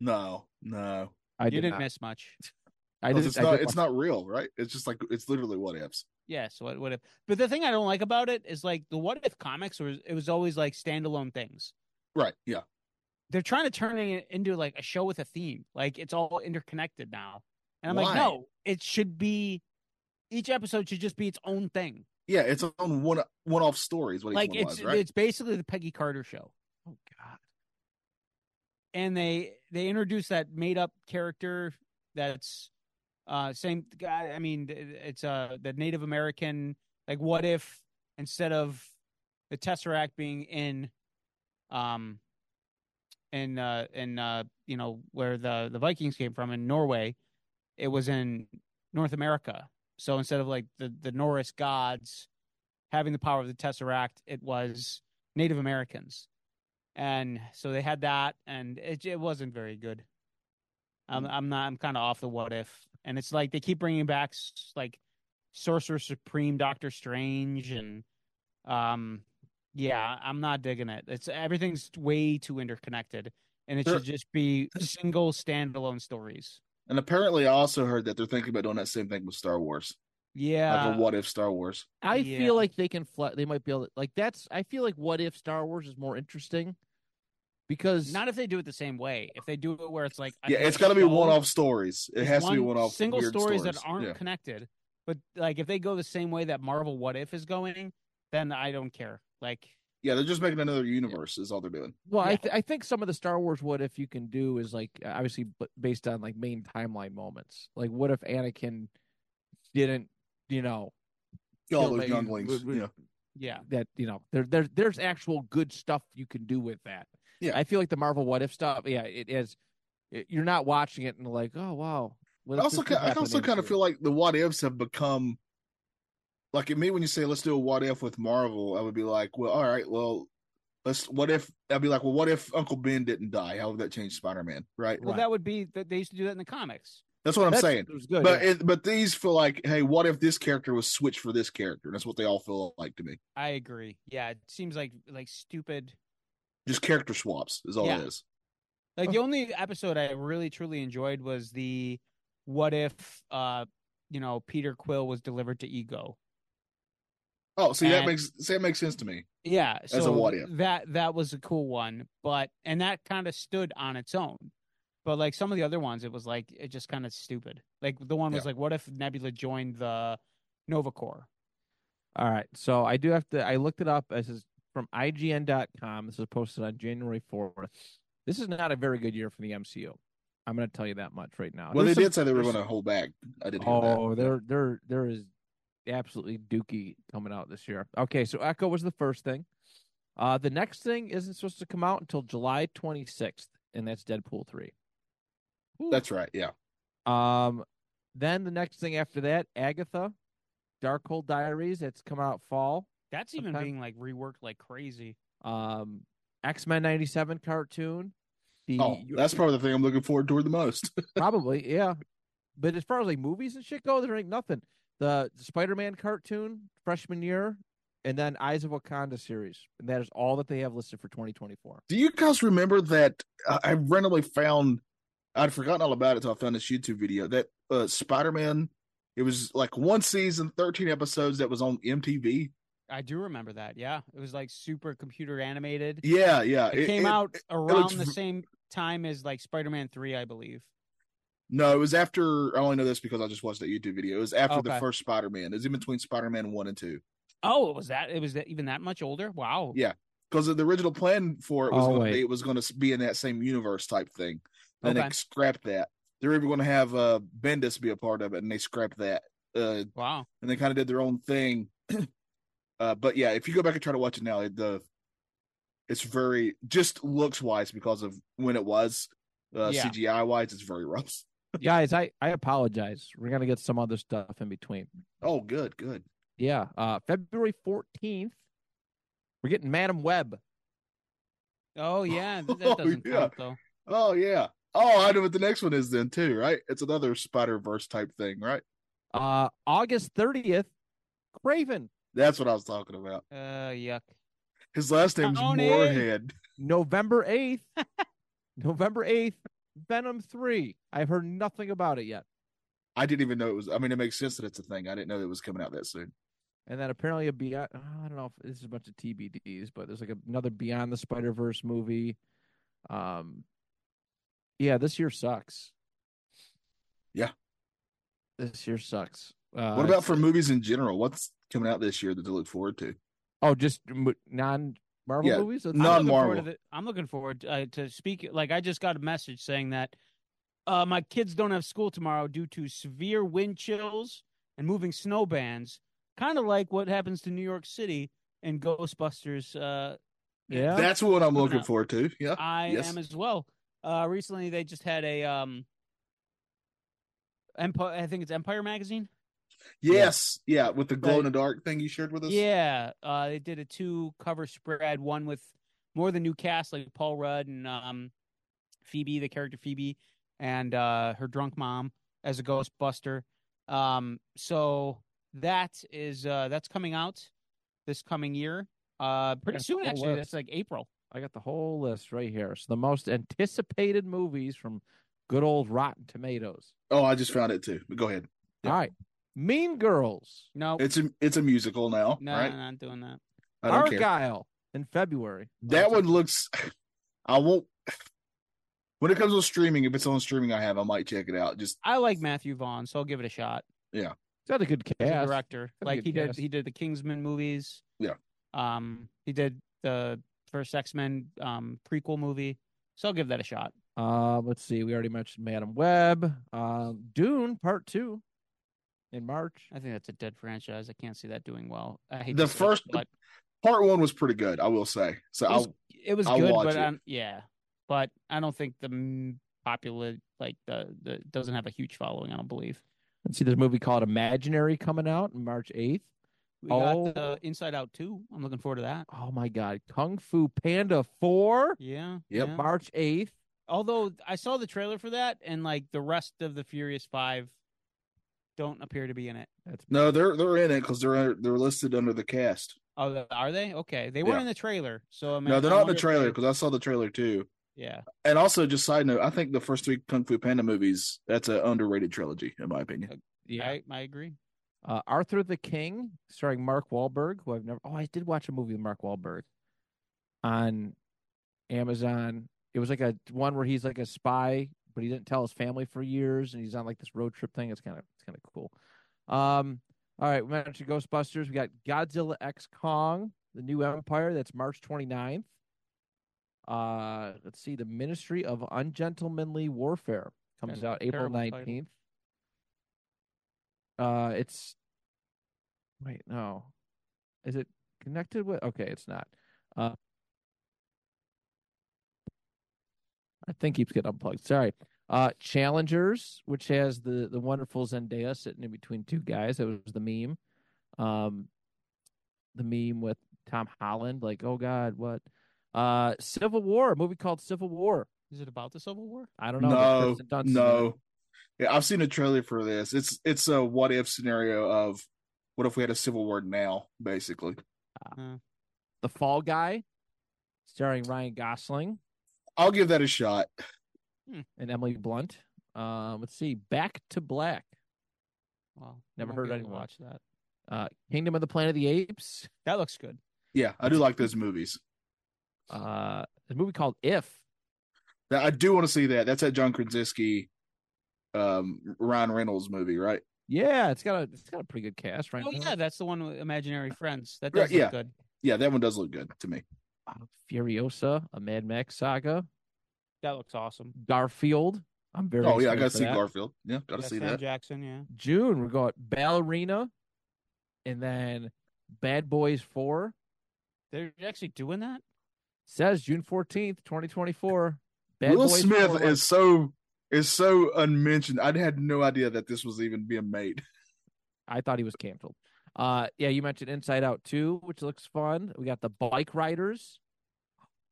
No, no. I you did didn't not. miss much. I 'Cause did, it's I not did it's watch- not real, right? It's just like it's literally what ifs. Yes, what what if? But the thing I don't like about it is like the what if comics was it was always like standalone things. Right, yeah. They're trying to turn it into like a show with a theme. Like it's all interconnected now. And I'm Why? like, no, it should be each episode should just be its own thing. Yeah, it's on one one off story is what like each one it's was, right? it's basically the Peggy Carter show. Oh god. and they they introduce that made up character that's uh same guy i mean it's uh the native american like what if instead of the tesseract being in um in uh in uh you know where the the vikings came from in norway it was in north america so instead of like the the norse gods having the power of the tesseract it was native americans and so they had that and it it wasn't very good i'm i'm not i'm kind of off the what if and it's like they keep bringing back s- like sorcerer supreme doctor strange and um yeah i'm not digging it it's everything's way too interconnected and it Sure. should just be single standalone stories And apparently I also heard that they're thinking about doing that same thing with Star Wars. yeah like a what if Star Wars. I Yeah. feel like they can fly they might be able to like that's I feel like what if Star Wars is more interesting because not if they do it the same way if they do it where it's like Yeah, it's got gotta be one off stories. It It's has to be one one off single weird stories, that aren't Yeah. connected. But like if they go the same way that Marvel What If is going, then I don't care. Like Yeah, they're just making another universe is all they're doing. Well, I, Yeah. th- I think some of the Star Wars what if you can do is like uh, obviously b- based on like main timeline moments. Like, what if Anakin didn't, you know, All kill those that- younglings. w- w- Yeah. yeah, that you know there there there's actual good stuff you can do with that. Yeah. I feel like the Marvel what if stuff. Yeah, it is. It, you're not watching it and like, oh wow. What I if also, this could ki- I happen also in kind of here? feel like the what ifs have become, like at me when you say let's do a what if with Marvel, I would be like, well, all right, well, let's what if I'd be like, well, what if Uncle Ben didn't die? How would that change Spider Man? Right? well that would be that they used to do that in the comics. That's what I'm That's- saying. It was good. But yeah. it, but these feel like, hey, what if this character was switched for this character? And that's what they all feel like to me. I agree. Yeah, it seems like like stupid. Just character swaps is all Yeah. it is. Like the only episode I really truly enjoyed was the What If uh you know Peter Quill was delivered to Ego. Oh, see that And- makes see that makes sense to me. Yeah, a so what if. that that was a cool one, but and that kind of stood on its own. But like some of the other ones, it was like it just kind of stupid. Like the one was Yeah. like, what if Nebula joined the Nova Corps? All right. So I do have to I looked it up. This is from IGN.com. This was posted on January fourth. This is not a very good year for the MCU. I'm gonna tell you that much right now. Well, they There's did some- say they were there's going to hold back. I didn't hear that. Oh, there, there, there is absolutely dookie coming out this year. Okay, so Echo was the first thing. Uh, the next thing isn't supposed to come out until July 26th, and that's Deadpool 3. That's right. Yeah. Um, then the next thing after that, Agatha, Darkhold Diaries. That's coming out fall. That's even Sometime- being like reworked like crazy. Um, X Men '97 cartoon. The, Oh, that's probably the thing I'm looking forward to the most. probably yeah. But as far as like movies and shit go, there ain't nothing. The, the Spider-Man cartoon freshman year, and then Eyes of Wakanda series, and that is all that they have listed for 2024. Do you guys remember that I I randomly found I'd forgotten all about it until I found this YouTube video that uh Spider Man it was like one season, thirteen episodes that was on MTV. I do remember that. Yeah, it was like super computer animated. Yeah, yeah. it, came out looks around the v- same time as like Spider-Man Three, I believe. No, it was after I only know this because I just watched that YouTube video. It was after the Okay. first Spider Man. It was in between Spider Man one and two. Oh, it was that. It was that, even that much older. Wow. Yeah. Because the original plan for it was Oh, gonna wait. be, it was gonna be in that same universe type thing. And Okay. they scrapped that. They were even gonna have uh Bendis be a part of it and they scrapped that. Uh Wow. and they kind of did their own thing. uh, but yeah, if you go back and try to watch it now, it, the it's very just looks wise because of when it was uh, Yeah. CGI wise, it's very rough. Guys, I I apologize. We're gonna get some other stuff in between. Oh, good, good. Yeah, uh, February 14th, we're getting Madam Web. Oh yeah, th- Oh, that doesn't yeah. count though. Oh yeah. Oh, I know what the next one is then too, right? It's another Spider Verse type thing, right? Uh, August 30th, Craven. That's what I was talking about. Uh, yuck. His last name's Tony! Moorhead. November 8th, November 8th, Venom 3. I've heard nothing about it yet. I didn't even know it was. I mean, it makes sense that it's a thing. I didn't know that it was coming out that soon. And then apparently a beyond, uh, I don't know if this is a bunch of TBDs, but there's like another Beyond the Spider Verse movie. Um, yeah, this year sucks. Yeah. this year sucks. Uh, what about it's- for movies in general? What's coming out this year that to look forward to? oh, just non Marvel Yeah, movies? That's- I'm looking forward Non-Marvel. to the- I'm looking forward uh, to speak. Like I just got a message saying that uh, my kids don't have school tomorrow due to severe wind chills and moving snow bands, kind of like what happens to New York City in Ghostbusters. Uh, Yeah. That's what I'm Coming looking out. forward to. Yeah. I Yes. am as well. Uh, recently, they just had a um, Empire. I think it's Empire magazine. Yes, yeah, with the glow Right. in the dark thing you shared with us. Yeah, uh, they did a two cover spread, one with more of the new cast like Paul Rudd and um, Phoebe, the character Phoebe, and uh, her drunk mom as a Ghostbuster. Um, so that is uh, that's coming out this coming year, uh, pretty That's soon all actually. left. That's like April. I got the whole list right here. So the most anticipated movies from good old Rotten Tomatoes. Oh, I just found it too. But go ahead. Yeah. All right. Mean Girls, No, It's a it's a musical now, no, right? I'm not doing that. I don't care. Argyle in February. That one looks. I won't. When it comes to streaming, if it's on streaming, I have. I might check it out. Just I like Matthew Vaughn, so I'll give it a shot. It's got a good as a cast. director. a Like good he did, cast. he did the Kingsman movies. Yeah. Um, he did the first X Men um prequel movie. So I'll give that a shot. Uh, let's see. We already mentioned Madam Web. Um, Dune Part Two in March. I think that's a dead franchise. I can't see that doing well. I hate The to say it, first- but part one was pretty good, I will say. So it was, I'll, it was I'll good, watch but it. um, yeah, but I don't think the mm, popular like the the doesn't have a huge following. I don't believe. Let's see. There's a movie called Imaginary coming out on March 8th. We Oh. got the Inside Out too. I'm looking forward to that. Oh my God. Kung Fu Panda 4, Yeah. Yep. yeah. March 8th. Although I saw the trailer for that, and like the rest of the Furious Five don't appear to be in it. That's no, they're they're in it because they're they're listed under the cast. Oh, th- are they? Okay, they weren't Yeah. in the trailer, so I mean, No, they're I not in wonder the if trailer they- because I saw the trailer too. Yeah, And also, just side note, I think the first three Kung Fu Panda movies that's an underrated trilogy in my opinion. yeah. I, I agree. Uh, Arthur the King, starring Mark Wahlberg, who I've never. Oh, I did watch a movie with Mark Wahlberg on Amazon. It was like a one where he's like a spy, but he didn't tell his family for years, and he's on like this road trip thing. It's kind of it's kind of cool. Um, All right, we mentioned Ghostbusters. We got Godzilla X Kong, the new Empire. That's March 29th. Uh, let's see, the Ministry of Ungentlemanly Warfare comes Yeah, out April terrible title. 19th. Uh, it's wait, no, is it connected with? Okay, it's not. Uh, I think keeps getting unplugged. Sorry. Uh, Challengers, which has the the wonderful Zendaya sitting in between two guys. That was the meme. Um, the meme with Tom Holland, like, oh God, what? Uh, Civil War, a movie called Civil War. Is it about the Civil War? I don't know. but No, Kirsten Dunst is in it. no. Yeah, I've seen a trailer for this. It's it's a what if scenario of what if we had a civil war now, basically. Mm. The Fall Guy, starring Ryan Gosling I'll give that a shot. Hmm. and Emily Blunt. Um, let's see, Back to Black, Wow, I Never won't heard be able to anyone. watch that. uh, Kingdom of the Planet of the Apes, That looks good. Yeah, I do like those movies. uh, a movie called If. That I do want to see that. That's that John Krasinski, um, Ryan Reynolds movie, right? Yeah, it's got a it's got a pretty good cast, right? Oh yeah, that's the one with imaginary friends. That Right, does look yeah. good. Yeah, that one does look good to me. Furiosa, a Mad Max saga, That looks awesome. Garfield. I'm very. Oh yeah, I excited gotta for see that. Garfield. Yeah, gotta Yeah, see Sam that. Jackson, yeah. June, we're going Ballerina, and then Bad Boys Four They're actually doing that. says June fourteenth, twenty twenty four. Bad Will Boys Smith 4, is so is so unmentioned. I had no idea that this was even being made. I thought he was canceled. Uh, yeah, you mentioned Inside Out Two, which looks fun. We got the Bike Riders.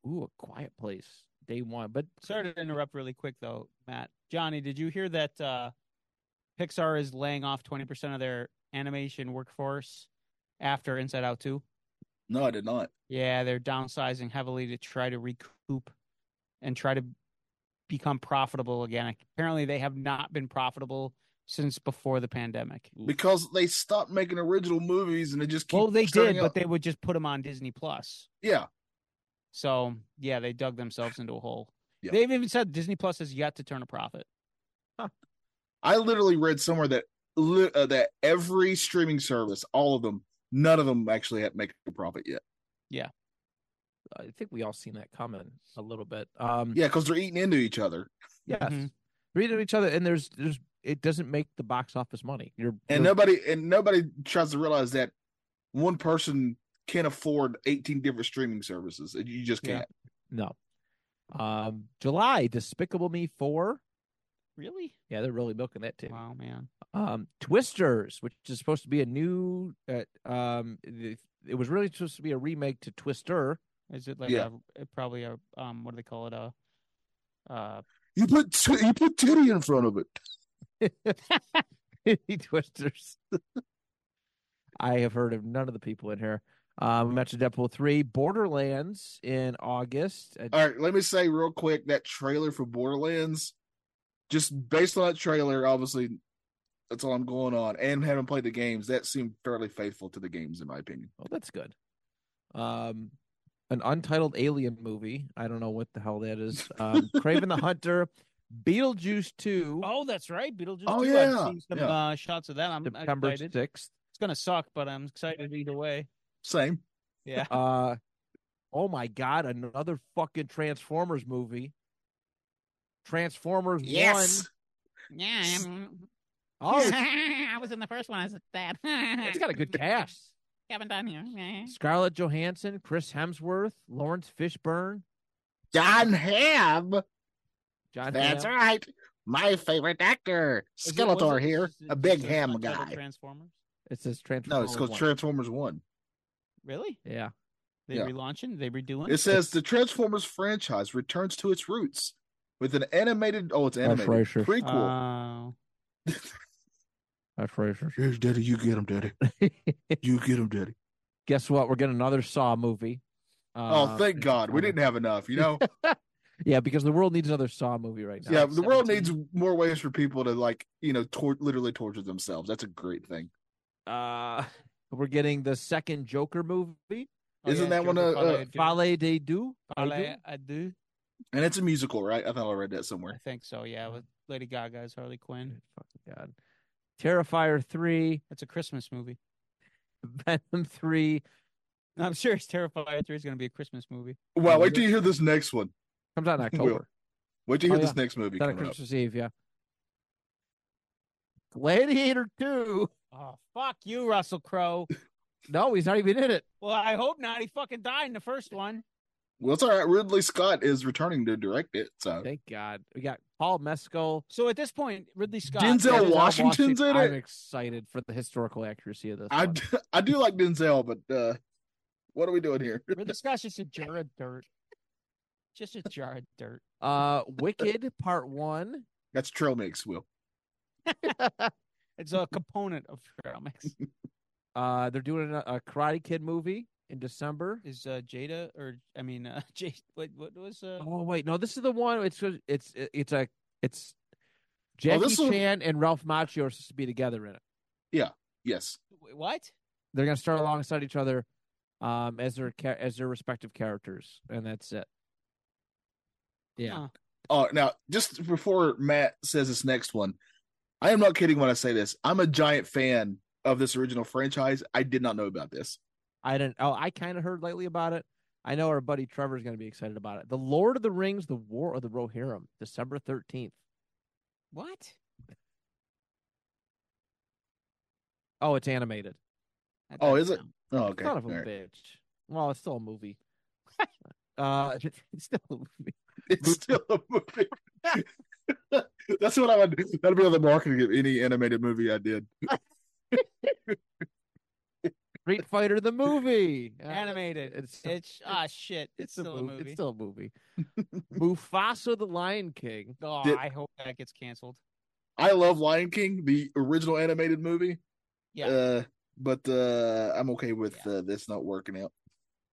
Ooh, a Quiet Place day one, but Sorry to interrupt really quick though, Matt. Johnny, did you hear that uh Pixar is laying off twenty percent of their animation workforce after Inside Out Two? No, I did not. Yeah, they're downsizing heavily to try to recoup and try to become profitable again. Apparently they have not been profitable since before the pandemic. Because they stopped making original movies and they just keep Well, they turning did, out- but they would just put them on Disney Plus. yeah, So yeah, they dug themselves into a hole. Yeah. They've even said Disney Plus has yet to turn a profit. I literally read somewhere that li- uh, that every streaming service, all of them, none of them actually had make a profit yet. I think we all seen that coming a little bit. Um, Yeah, because they're eating into each other. yes, Mhm. read to each other, and there's there's it doesn't make the box office money. You're and you're- nobody and nobody tries to realize that one person can't afford 18 different streaming services you just Yeah. can't no. Um, July Despicable Me four. Really? Yeah, they're really milking that too. Wow, man. um twisters which is supposed to be a new uh, um it, it was really supposed to be a remake to twister Is it like Yeah. a, probably a um what do they call it a uh you put t- you put titty in front of it twisters i have heard of none of the people in here um we mentioned deadpool 3 borderlands in august Uh, all right let me say real quick that trailer for borderlands just based on that trailer obviously that's all i'm going on and having played the games that seemed fairly faithful to the games in my opinion oh that's good um an untitled alien movie i don't know what the hell that is um craven the hunter beetlejuice 2 Oh, that's right. Beetlejuice. Oh, 2. I've yeah, seen some yeah. uh, shots of that. I'm september excited. 6th It's gonna suck, but I'm excited either way. same Yeah. Uh, oh my God, another fucking Transformers movie. Transformers Yes. Yeah. I'm- One. Oh, I was in the first one. I was that. it's got a good cast. Haven't done here. Yeah. Scarlett Johansson, Chris Hemsworth, Lawrence Fishburne, Don Ham. John. That's Hamm. right. My favorite actor. Is it- was Skeletor it here. s- A just big a ham subtitle guy. Transformers. It says no Transformers. it's called one. transformers 1 Really? Yeah, They Yeah. relaunching? They redoing? It says the Transformers franchise returns to its roots with an animated. Oh, it's animated right, sure. prequel. Oh. that's Fraser. Here's Daddy. You get him, Daddy. You get him, Daddy. Guess what? We're getting another Saw movie. oh, Uh, thank God, we didn't have enough. You know, Yeah, because the world needs another Saw movie right now. yeah, the world 17. needs more ways for people to like, you know, tor- literally torture themselves. That's a great thing. Uh, we're getting the second Joker movie. Oh, Isn't that one uh, Joker a- Parlay a- Dude. Fale de Du. Parlay I do. And it's a musical, right? I thought I read that I somewhere. think so. Yeah, with Lady Gaga as Harley Quinn. Good fucking god. Terrifier 3, That's a Christmas movie. Venom 3. I'm sure it's Terrifier 3 is going to be a Christmas movie. Wow, wait till you hear this next one. Comes out in October. Wait till you hear Oh, this next movie It's out on coming up. Christmas Eve, yeah. Gladiator 2. Oh, fuck you, Russell Crowe. No, he's not even in it. Well, I hope not. He fucking died in the first one. Well, it's all right. Ridley Scott is returning to direct it. So Thank God. We got Paul Mescal. So at this point, Ridley Scott. Denzel Denzel Washington's in Washington. I'm it. excited for the historical accuracy of this. I, one. d- I do like Denzel, but uh, what are we doing here? Ridley Scott's just a jar of dirt. Just a jar of dirt. Uh, Wicked Part 1. That's trail mix, Will. It's a component of trail mix. Uh, they're doing a, a Karate Kid movie in December. Is uh, Jada or I mean uh, Jade? What what was uh? Oh wait, no, this is the one. It's it's it's a it's Jackie Oh, this one- Chan and Ralph Macchio are supposed to be together in it. Yes. Oh. wait, What? They're gonna start alongside each other, um, as their cha- as their respective characters, and that's it. Yeah, Huh. Oh, now just before Matt says this next one, I am not kidding when I say this. I'm a giant fan of this original franchise. I did not know about this. I didn't. Oh, I kind of heard lately about it. I know our buddy Trevor's gonna be excited about it. The Lord of the Rings: The War of the Rohirrim, December thirteenth. What? Oh, it's animated. That Oh, doesn't is it? sound- Oh, okay. Son of a All right. bitch. Well, it's still a movie. uh, it's still a movie. It's still a movie. That's what I would. That'd be on the marketing of any animated movie I did. Street Fighter the movie. Uh, Animated. It's It's, ah shit. It's, still a movie. It's still a movie. Mufasa the Lion King. oh, Did- I hope that gets canceled. I love Lion King, the original animated movie. Yeah. Uh, but uh, I'm okay with Yeah. uh, this not working out.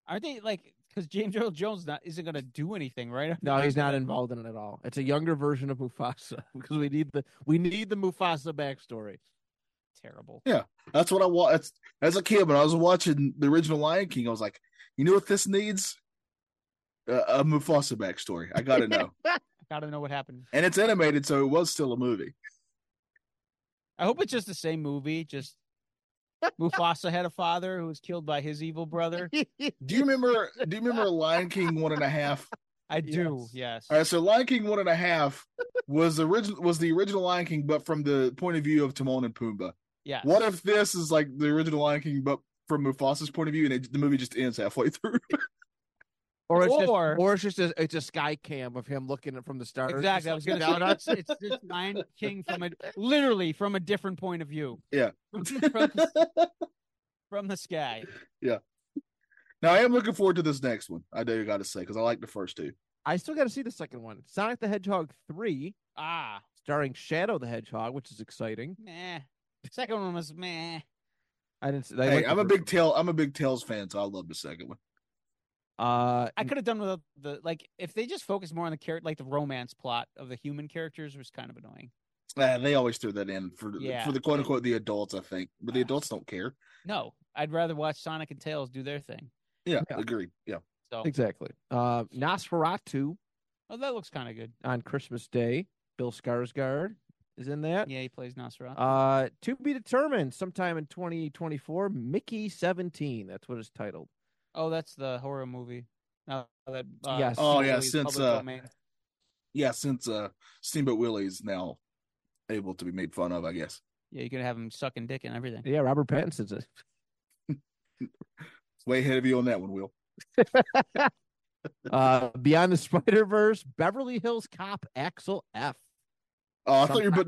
Aren't they like because James Earl Jones not isn't gonna do anything right? No, he's not involved in it at all. It's a younger version of Mufasa because we need the we need the Mufasa backstory. Terrible. That's what I watched as a kid when I was watching the original Lion King. I was like, you know what this needs? Uh, a Mufasa backstory. I gotta know, Gotta know what happened. and it's animated, so it was still a movie. I hope it's just the same movie. Just Mufasa had a father who was killed by his evil brother. Do you remember? Do you remember Lion King one and a half? I do. Yes. All right, so Lion King one and a half was the original was the original Lion King, but from the point of view of Timon and Pumbaa. Yes. What if this is like the original Lion King, but from Mufasa's point of view, and it, the movie just ends halfway through? Or it's just Or- or it's just a, it's a sky cam of him looking at from the start. It's Exactly. I was just going like down to say on- it's, it's just Lion King from a literally from a different point of view. Yeah. From, the, from the sky. now I am looking forward to this next one. I do got to say because I like the first two. I still got to see the second one. Sonic the Hedgehog three, Ah, starring Shadow the Hedgehog, which is exciting. meh. Second one was meh. I didn't. see- I Hey, liked the I'm a first big tail. I'm a big Tails fan, so I love the second one. one. Uh, I could have done without the like if they just focused more on the character, like the romance plot of the human characters was kind of annoying. Uh, they always threw that in for Yeah. for the quote unquote the adults, I think, but the Yeah. adults don't care. No, I'd rather watch Sonic and Tails do their thing. Yeah, Yeah. agreed. Yeah, So, exactly. Uh, Nosferatu oh, that looks kind of good. on Christmas Day. Bill Skarsgård is in that. Yeah, he plays Nosferatu. Uh, to be determined sometime in 2024. Mickey 17. That's what it's titled. oh, that's the horror movie. No, that uh, Yes. Oh, yeah, Steamboat Willie, since, Public uh, Domain. yeah. Since uh, Steamboat Willie's now able to be made fun of, I guess. yeah, you could have him sucking dick and everything. Yeah, Robert Pattinson's it. Way ahead of you on that one, Will. Uh, Beyond the Spider Verse, Beverly Hills Cop, Axel F. Oh, I thought you were Sometime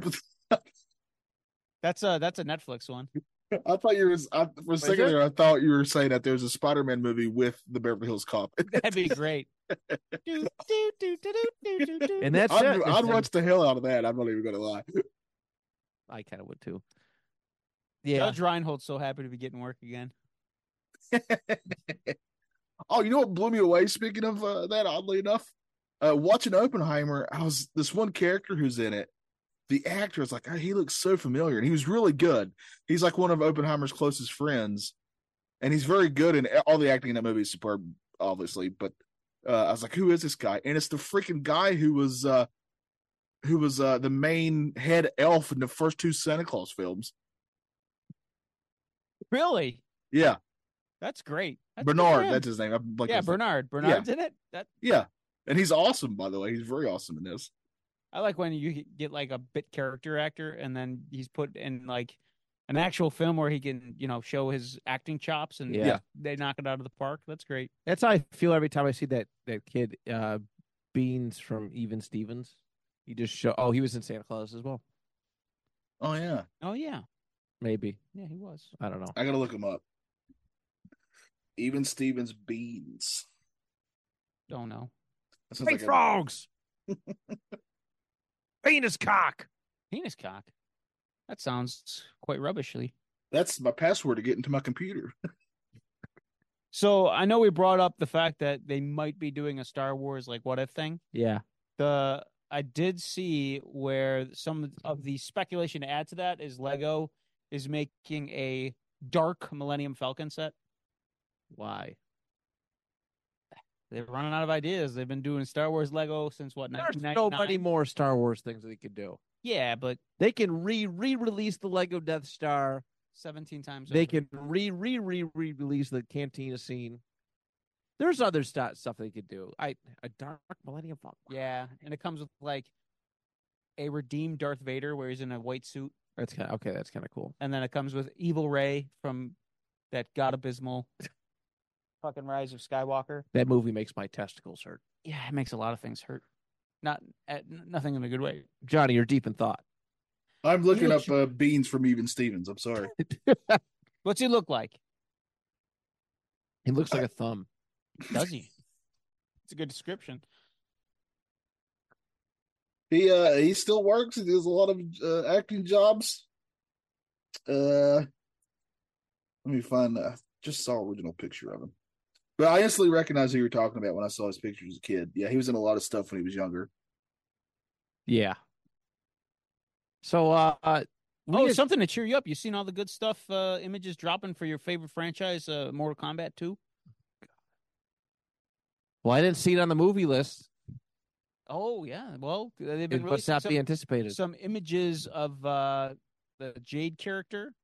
putting this. this summer. That's a that's a Netflix one. I thought you were. I, for a second it? there, I thought you were saying that there's a Spider-Man movie with the Beverly Hills Cop. That'd be great. do, do, do, do, do, do, do. And that's I'd, it. I'd watch the hell out of that. I'm not even going to lie. I kind of would too. Yeah. Judge Reinhold's so happy to be getting work again. Oh, you know what blew me away? Speaking of uh, that, oddly enough, uh, watching Oppenheimer, I was this one character who's in it. The actor is like, oh, he looks so familiar, and he was really good. He's like one of Oppenheimer's closest friends, and he's very good. And all the acting in that movie is superb, obviously. But uh, I was like, who is this guy? And it's the freaking guy who was uh, who was uh, the main head elf in the first two Santa Claus films. Really? Yeah, That's great. That's good for Bernard. him. That's his name. I'm like, yeah, his name. Bernard. Bernard's in it. That Yeah, and he's awesome. By the way, he's very awesome in this. I like when you get like a bit character actor and then he's put in like an actual film where he can, you know, show his acting chops and Yeah. they knock it out of the park. That's great. That's how I feel every time I see that that kid, uh, Beans from Even Stevens. He just show. Oh, he was in Santa Claus as well. Oh yeah, Oh yeah. Maybe Yeah, he was. I don't know. I gotta look him up. Even Stevens Beans. Don't know. That sounds Hey, like a- frogs. Penis cock. Penis cock. That sounds quite rubbishly. that's my password to get into my computer. So I know we brought up the fact that they might be doing a Star Wars like what if thing. Yeah, The I did see where some of the speculation to add to that is Lego is making a dark Millennium Falcon set. why? They're running out of ideas. They've been doing Star Wars Lego since what? There's 1999? nobody more Star Wars things that they could do. Yeah, but They can re re release the Lego Death Star. seventeen times. They over. can re re re re release the Cantina scene. There's other st- stuff they could do. I a Dark Millennium Falcon. Yeah, and it comes with like a redeemed Darth Vader where he's in a white suit, that's kind of okay. That's kind of cool. and then it comes with Evil Ray from that God Abysmal, fucking Rise of Skywalker. That movie makes my testicles hurt. Yeah, it makes a lot of things hurt. Not uh, n- nothing in a good way. Johnny, you're deep in thought. I'm looking You up uh, Beans from Even Stevens. I'm sorry. What's he look like? He looks like a thumb. Does he? It's a good description. He uh he still works. He does a lot of uh, acting jobs. Uh, let me find. Uh, just saw original picture of him, but I instantly recognized who you were talking about when I saw his picture as a kid. Yeah, he was in a lot of stuff when he was younger. Yeah. So uh, uh we Oh, had- something to cheer you up. You seen all the good stuff, uh, images dropping for your favorite franchise, uh, Mortal Kombat 2? well, I didn't see it on the movie list. Oh, yeah. Well, they've It been must releasing not be some, anticipated. some images of uh, the Jade character,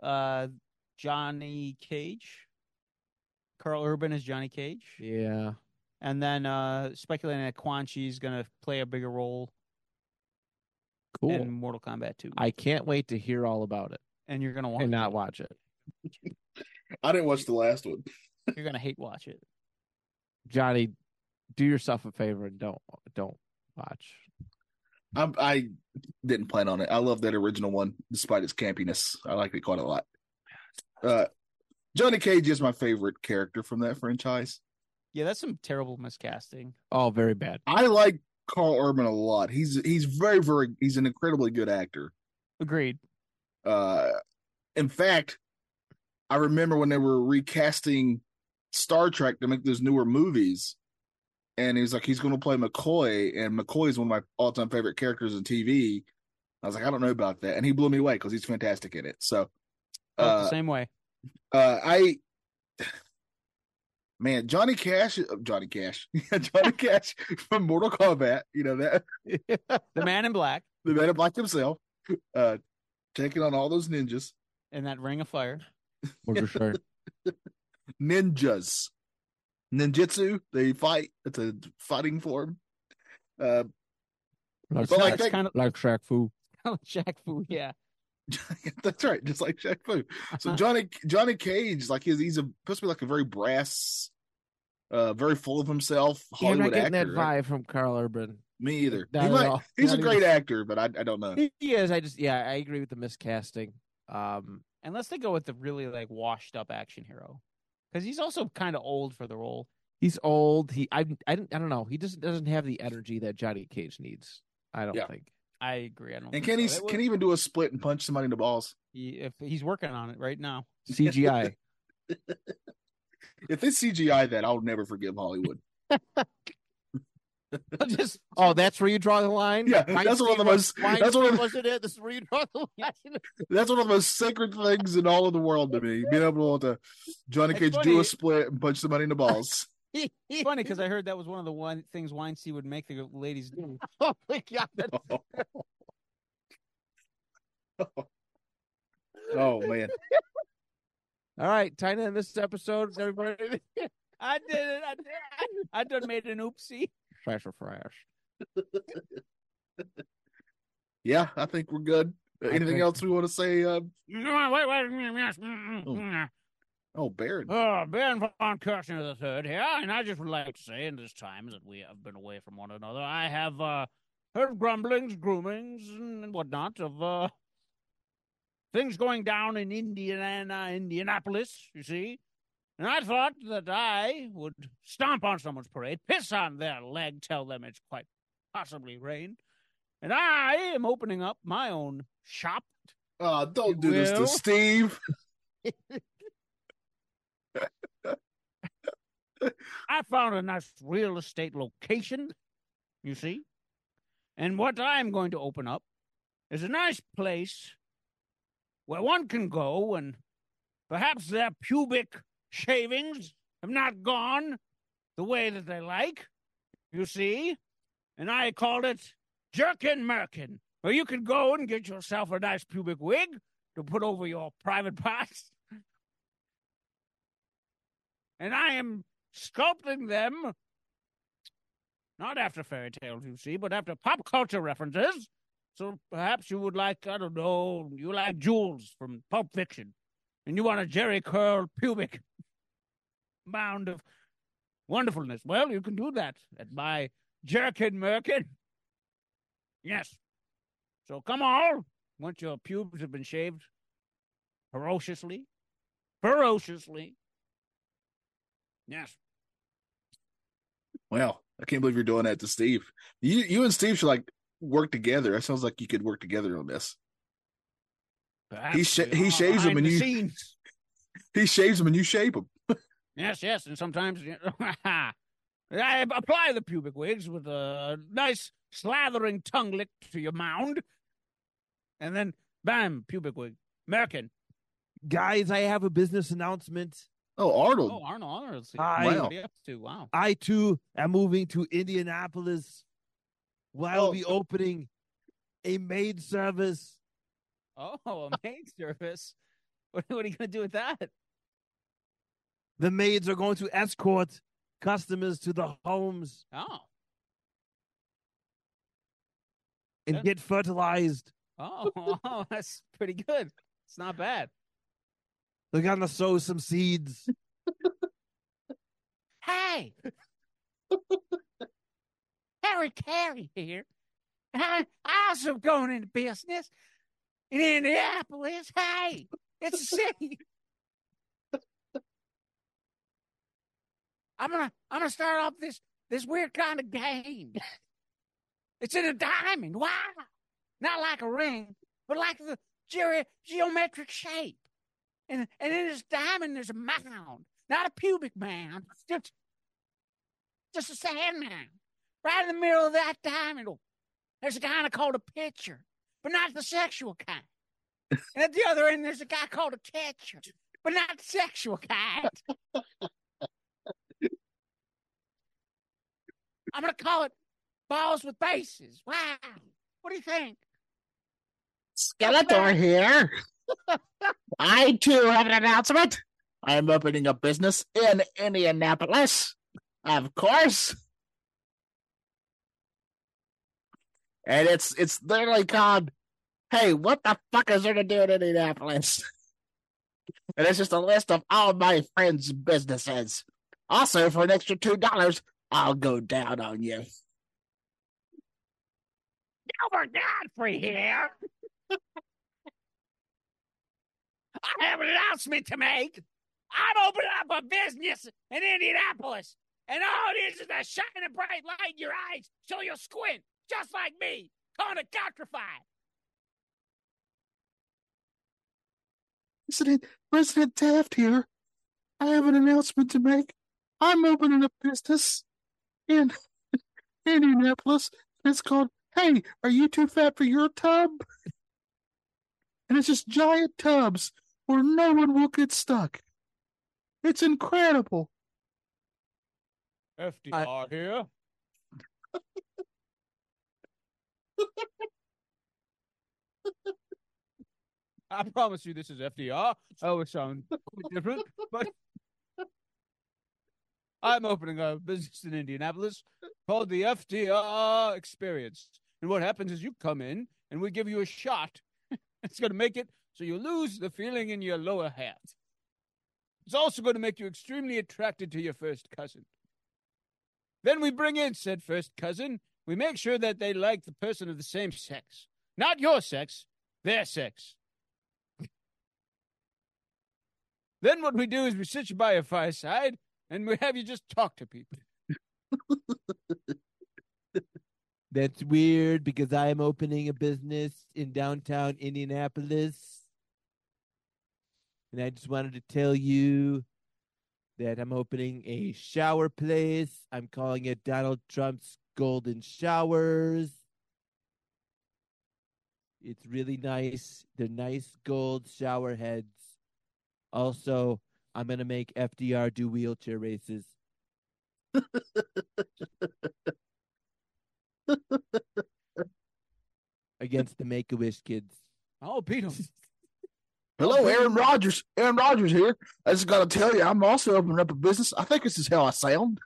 uh, Johnny Cage. Carl Urban is Johnny Cage. yeah. And then uh, speculating that Quan Chi is going to play a bigger role Cool. in Mortal Kombat 2. I can't wait to hear all about it and you're going to watch and it. not watch it. I didn't watch the last one. You're going to hate watch it. Johnny, do yourself a favor and don't don't watch. I I didn't plan on it. I love that original one, despite its campiness. I like it quite a lot. Uh, Johnny Cage is my favorite character from that franchise. Yeah, that's some terrible miscasting. Oh, very bad. I like Carl Urban a lot. He's he's very very he's an incredibly good actor. Agreed. uh in fact i remember when they were recasting star trek to make those newer movies and he was like he's going to play mccoy and mccoy is one of my all-time favorite characters in tv i was like i don't know about that and he blew me away because he's fantastic in it so Felt uh, the same way. uh i man johnny cash uh, johnny cash johnny cash from mortal kombat you know that The Man in Black the man in black himself uh taking on all those ninjas and that Ring of Fire. We're for sure. ninjas. Ninjutsu, they fight. It's a fighting form. Uh, Like, But, like, Shaq- they- kind of like Shaq Fu. like Jack Fu. Yeah, that's right, just like Shaq Fu. Uh-huh. So Johnny Johnny Cage, like he's he's a, supposed to be like a very brass, uh, very full of himself You're not Hollywood getting actor. that right? vibe from Carl Urban. Me either. Not He at might- all. he's Not a even- great actor, but I, I don't know. He is. I just yeah, I agree with the miscasting. Um, unless they go with the really like washed up action hero, because he's also kind of old for the role. he's old. He I I, didn't, I don't know. He just doesn't have the energy that Johnny Cage needs. I don't Yeah. think. I agree. I don't. And think can he so. That can would- he even do a split and punch somebody in the balls? he- If he's working on it right now, CGI. If they CGI that, I'll never forgive Hollywood. just oh, that's where you draw the line. Yeah, Weinstein that's one of the was- most that's one of Weinstein the- wasn't it. This is where you draw the line. That's one of the most sacred things in all of the world to me. Being able to, to Johnny It's Cage do funny. a split and punch somebody in the balls. It's funny because I heard that was one of the one things Weinstein would make the ladies Mm. do. oh my god, that's oh man, All right, tying in this episode, everybody. I did it. I did. It. I done made an oopsie. Trash or flash. yeah, I think we're good. Uh, I Anything think- else we want to say? Uh, Hmm. Mm-hmm. Oh, oh, Baron. Ben von Kirshner the third here, and I just would like to say in this time that we have been away from one another, I have uh, heard grumblings, groomings, and whatnot of uh, things going down in Indiana, Indianapolis. You see, and I thought that I would stomp on someone's parade, piss on their leg, tell them it's quite possibly rain, and I am opening up my own shop Uh, don't do this to Will? Steve. I found a nice real estate location, you see. And what I'm going to open up is a nice place where one can go and perhaps their pubic shavings have not gone the way that they like, you see. And I called it Jerkin Merkin, where you can go and get yourself a nice pubic wig to put over your private parts. And I am sculpting them not after fairy tales, you see, but after pop culture references. So perhaps you would like, I don't know, you like Jules from Pulp Fiction, and you want a Jerry Curl pubic mound of wonderfulness. Well, you can do that at my Jerkin Merkin. Yes. So come all, once your pubes have been shaved ferociously, ferociously. Yes. Wow, I can't believe you're doing that to Steve. You, you and Steve should like work together. That sounds like you could work together on this. Perhaps sha- we he are shaves 'em behind and the you- scenes. He shaves him and you shape him. Yes, yes, and sometimes you I apply the pubic wigs with a nice slathering tongue lick to your mound, and then bam, pubic wig, Merkin. Guys, I have a business announcement. Oh, Arnold. Oh, Arnold, Arnold, see. Hi. What Wow. are you up to? Wow. I too am moving to Indianapolis. Where Oh. I'll be opening a maid service. Oh, a maid service. What, what are you going to do with that? The maids are going to escort customers to the homes Oh, and Yeah. get fertilized. oh, oh, that's pretty good. It's not bad. They're gonna sow some seeds. Hey, Harry Carey here. I also going into business in Indianapolis. Hey, it's a city. I'm gonna I'm gonna start off this this weird kind of game. It's in a diamond. Wow, not like a ring, but like the gere- geometric shape. And and in this diamond, there's a mound, not a pubic mound, it's just just a sand mound. Right in the middle of that diamond, oh, there's a kind of called a pitcher, but not the sexual kind. And at the other end, there's a guy called a catcher, but not the sexual kind. I'm gonna call it balls with bases. Wow, what do you think? Skeletor here. I too have an announcement. I am opening a business in Indianapolis, of course. And it's it's literally called, "Hey, what the fuck is there to do in Indianapolis?" And it's just a list of all my friends' businesses. Also, for an extra two dollars, I'll go down on you. Albert Godfrey here. I have an announcement to make. I'm opening up a business in Indianapolis, and all it is is a shining bright light in your eyes so you'll squint, just like me, calling it Godfrified. President, President Taft here. I have an announcement to make. I'm opening a business in Indianapolis. It's called Hey, Are You Too Fat for Your Tub? And it's just giant tubs where no one will get stuck. It's incredible. FDR here. I promise you, this is FDR. I always sound different, but I'm opening a business in Indianapolis called the FDR Experience. And what happens is you come in and we give you a shot. it's going to make it so you lose the feeling in your lower half. It's also going to make you extremely attracted to your first cousin. Then we bring in said first cousin. We make sure that they like the person of the same sex, not your sex, their sex. then what we do is we sit you by a fireside and we have you just talk to people. That's weird because I am opening a business in downtown Indianapolis. And I just wanted to tell you that I'm opening a shower place. I'm calling it Donald Trump's Golden Showers. It's really nice. They're nice gold shower heads. Also, I'm going to make FDR do wheelchair races. against the Make a Wish kids. I'll beat them. Hello, Aaron Rodgers. Aaron Rodgers here. I just gotta tell you, I'm also opening up a business. I think this is how I sound.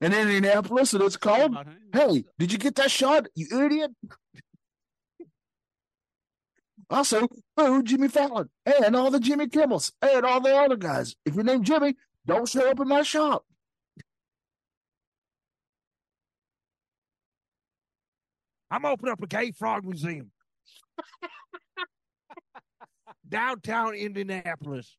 In Indianapolis, and it's called Hey, did you get that shot, you idiot? also, boo "Oh, Jimmy Fallon and all the Jimmy Kimmels and all the other guys. If your name Jimmy, don't show up in my shop. I'm opening up a gay frog museum. Downtown Indianapolis.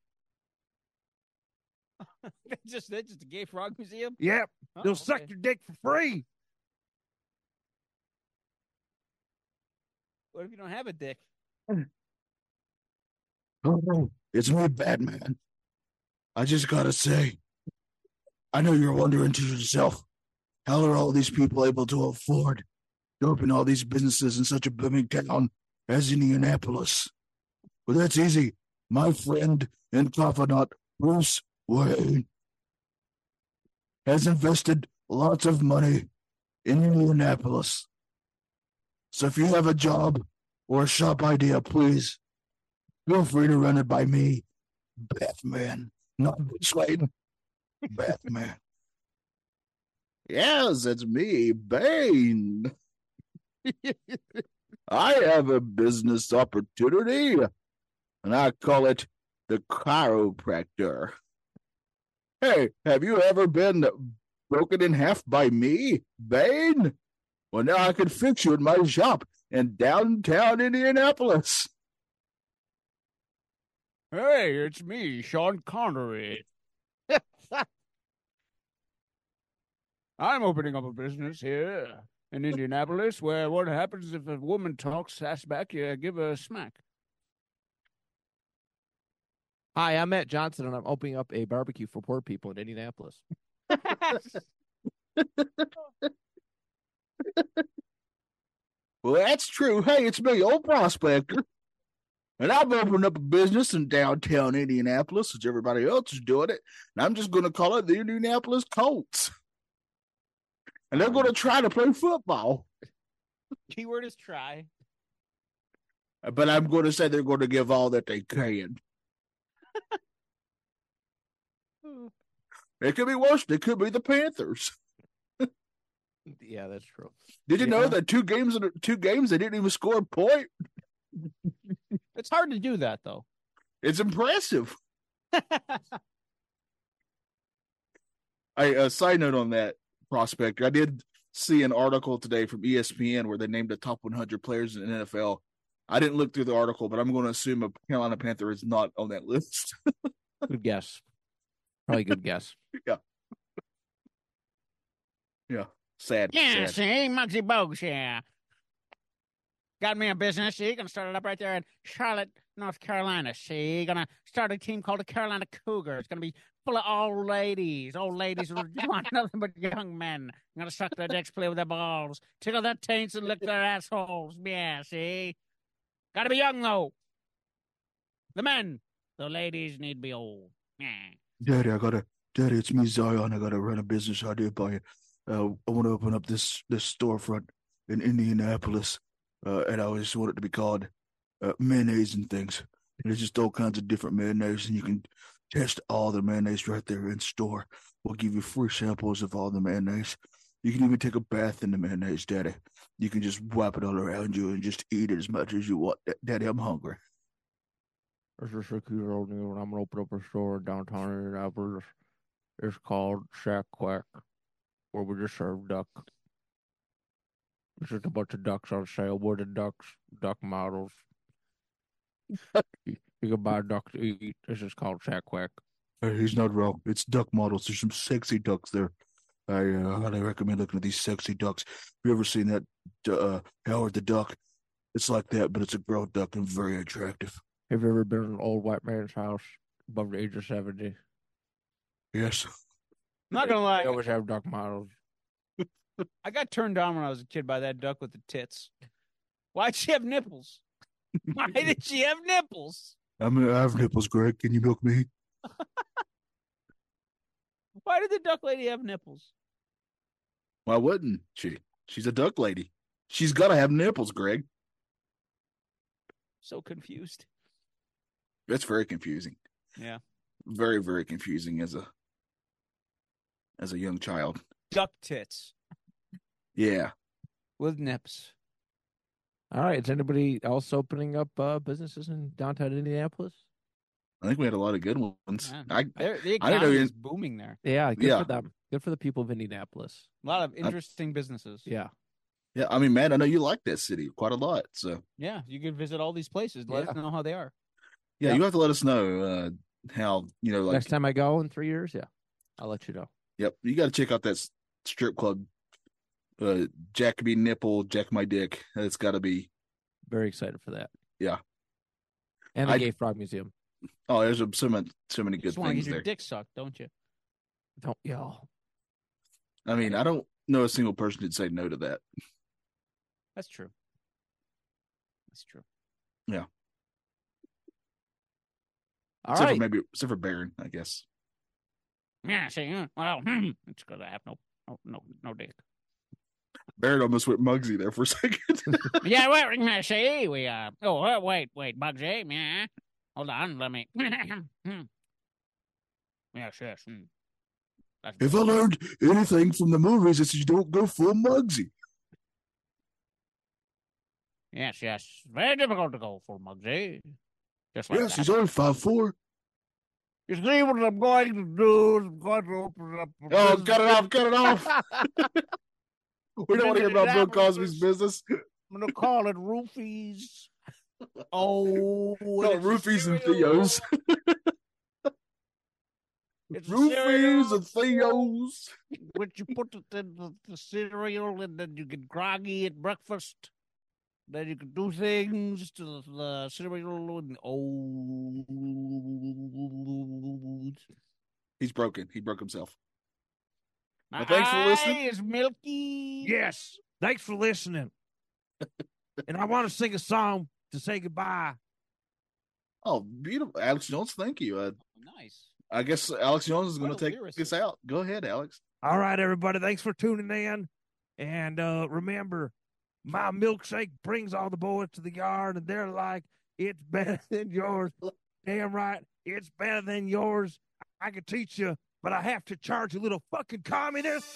That's just, that's just a gay frog museum. Yep. Oh, They'll suck okay. your dick for free. What if you don't have a dick? Oh, It's me, Batman. I just gotta say, I know you're wondering to yourself, how are all these people able to afford to open all these businesses in such a booming town as Indianapolis? Well, that's easy. My friend and confidant, Bruce Wayne, has invested lots of money in Indianapolis. So if you have a job or a shop idea, please feel free to run it by me, Batman, not Bruce Wayne. Batman. yes, it's me, Bane. I have a business opportunity, and I call it the chiropractor. Hey, have you ever been broken in half by me, Bane? Well, now I can fix you in my shop in downtown Indianapolis. Hey, it's me, Sean Connery. I'm opening up a business here in Indianapolis where what happens if a woman talks ass back, you give her a smack. Hi, I'm Matt Johnson, and I'm opening up a barbecue for poor people in Indianapolis. Well, that's true. Hey, it's me, old prospector. And I've opened up a business in downtown Indianapolis, which everybody else is doing it. And I'm just going to call it the Indianapolis Colts. And they're going to try to play football. Keyword is try. But I'm going to say they're going to give all that they can. It could be worse. It could be the Panthers. Yeah, that's true. Did you know Yeah. that two games in two games they didn't even score a point? It's hard to do that though. It's impressive. I uh, side note on that prospect. I did see an article today from E ESPN where they named the top 100 players in the NFL. I didn't look through the article, but I'm going to assume a Carolina Panther is not on that list. Good guess. Probably good guess. sad. yeah, sad. see, Muggsy Bogues, yeah. Got me a business. See, gonna start it up right there in Charlotte, North Carolina. See, gonna start a team called the Carolina Cougars. It's gonna be full of old ladies. Old ladies who just want nothing but young men. I'm gonna suck their dicks, play with their balls, tickle their taints, and lick their assholes. Yeah, see? Gotta be young, though. The men. The ladies need to be old. Yeah. Daddy, I got a Daddy, it's me, Zion. I gotta run a business idea by you. Uh, I want to open up this this storefront in Indianapolis, uh, and I always want it to be called uh, mayonnaise and things. And there's just all kinds of different mayonnaise, and you can test all the mayonnaise right there in store. We'll give you free samples of all the mayonnaise. You can even take a bath in the mayonnaise, Daddy. You can just wipe it all around you and just eat it as much as you want. Da- Daddy, I'm hungry. There's a six year old new, and I'm gonna open up a store in downtown Indianapolis. It's called Shack Quack, where we just serve duck. It's just a bunch of ducks on sale. We're the ducks, duck models. you, you can buy ducks to eat. This is called Shack Quack. Hey, Uh, he's not wrong. It's duck models. There's some sexy ducks there. I uh, highly recommend looking at these sexy ducks. Have you ever seen that uh, Howard the Duck? It's like that, but it's a grown duck and very attractive. Have you ever been in an old white man's house above the age of 70? Yes. not gonna They lie, always have duck models. I got turned on when I was a kid by that duck with the tits. Why'd she have nipples? Why did she have nipples? I mean, I have nipples, Greg. Can you milk me? Why did the duck lady have nipples? Why wouldn't she? She's a duck lady. She's got to have nipples, Greg. So confused. That's very confusing. Yeah. Very, very confusing as a as a young child. Duck tits Yeah. with nips. All right. Is anybody else opening up uh, businesses in downtown Indianapolis? I think we had a lot of good ones. Yeah. I There, the I didn't know economy you- is booming there. Yeah. Good Yeah. for them. Good for the people of Indianapolis. A lot of interesting businesses. Yeah. yeah, I mean, Matt, I know you like that city quite a lot. So Yeah, you could visit all these places. Let us Yeah. know how they are. yeah, Yeah. you have to let us know uh how you know like Next time I go in three years, yeah, I'll let you know. Yep, you got to check out that s- strip club. Uh, Jack me nipple, Jack my dick. That's got to be. Very excited for that. Yeah. And the I- Gay Frog Museum. Oh, there's a- so much, so many You good just want to things get there. your dick sucked, don't you? Don't yell. I mean, I don't know a single person who'd say no to that. That's true. That's true. All except right. for maybe, except for Baron, I guess. Yeah, see, uh, well, hmm, it's because I have no, no, no, no dick. Baron almost went Mugsy there for a second. yeah, well, uh, see, we, uh, oh, uh, wait, wait, Bugsy, yeah. Hold on, let me. Hmm. yes, yes. hmm. That's if I better. learned anything from the movies, it's you don't go full Mugsy. Yes, yes. Very difficult to go for Mugsy. Just like yes, that. he's only five four. You see what I'm going to do is I'm going to open up. a Oh, business. cut it off! Cut it off! we don't want to hear about Bill Indianapolis. Cosby's business. I'm going to call it roofies. Oh, No, it's a roofies and cereal. Theos. It's a Roofies cereal and Theos. Which you put it in the, the cereal, and then you get groggy at breakfast. Then you can do things to the, the cereal and old. He's broken. He broke himself. Well, thanks for listening. Eye is milky. Yes. Thanks for listening. and I want to sing a song to say goodbye. Oh, beautiful, Alex Jones. Thank you. Uh, Nice. I guess Alex Jones is What going a to take lyricist. this out. Go ahead, Alex. All right, everybody. Thanks for tuning in. And uh, remember, my milkshake brings all the boys to the yard, and they're like, it's better than yours. Damn right. It's better than yours. I could teach you, but I have to charge you, little fucking communist.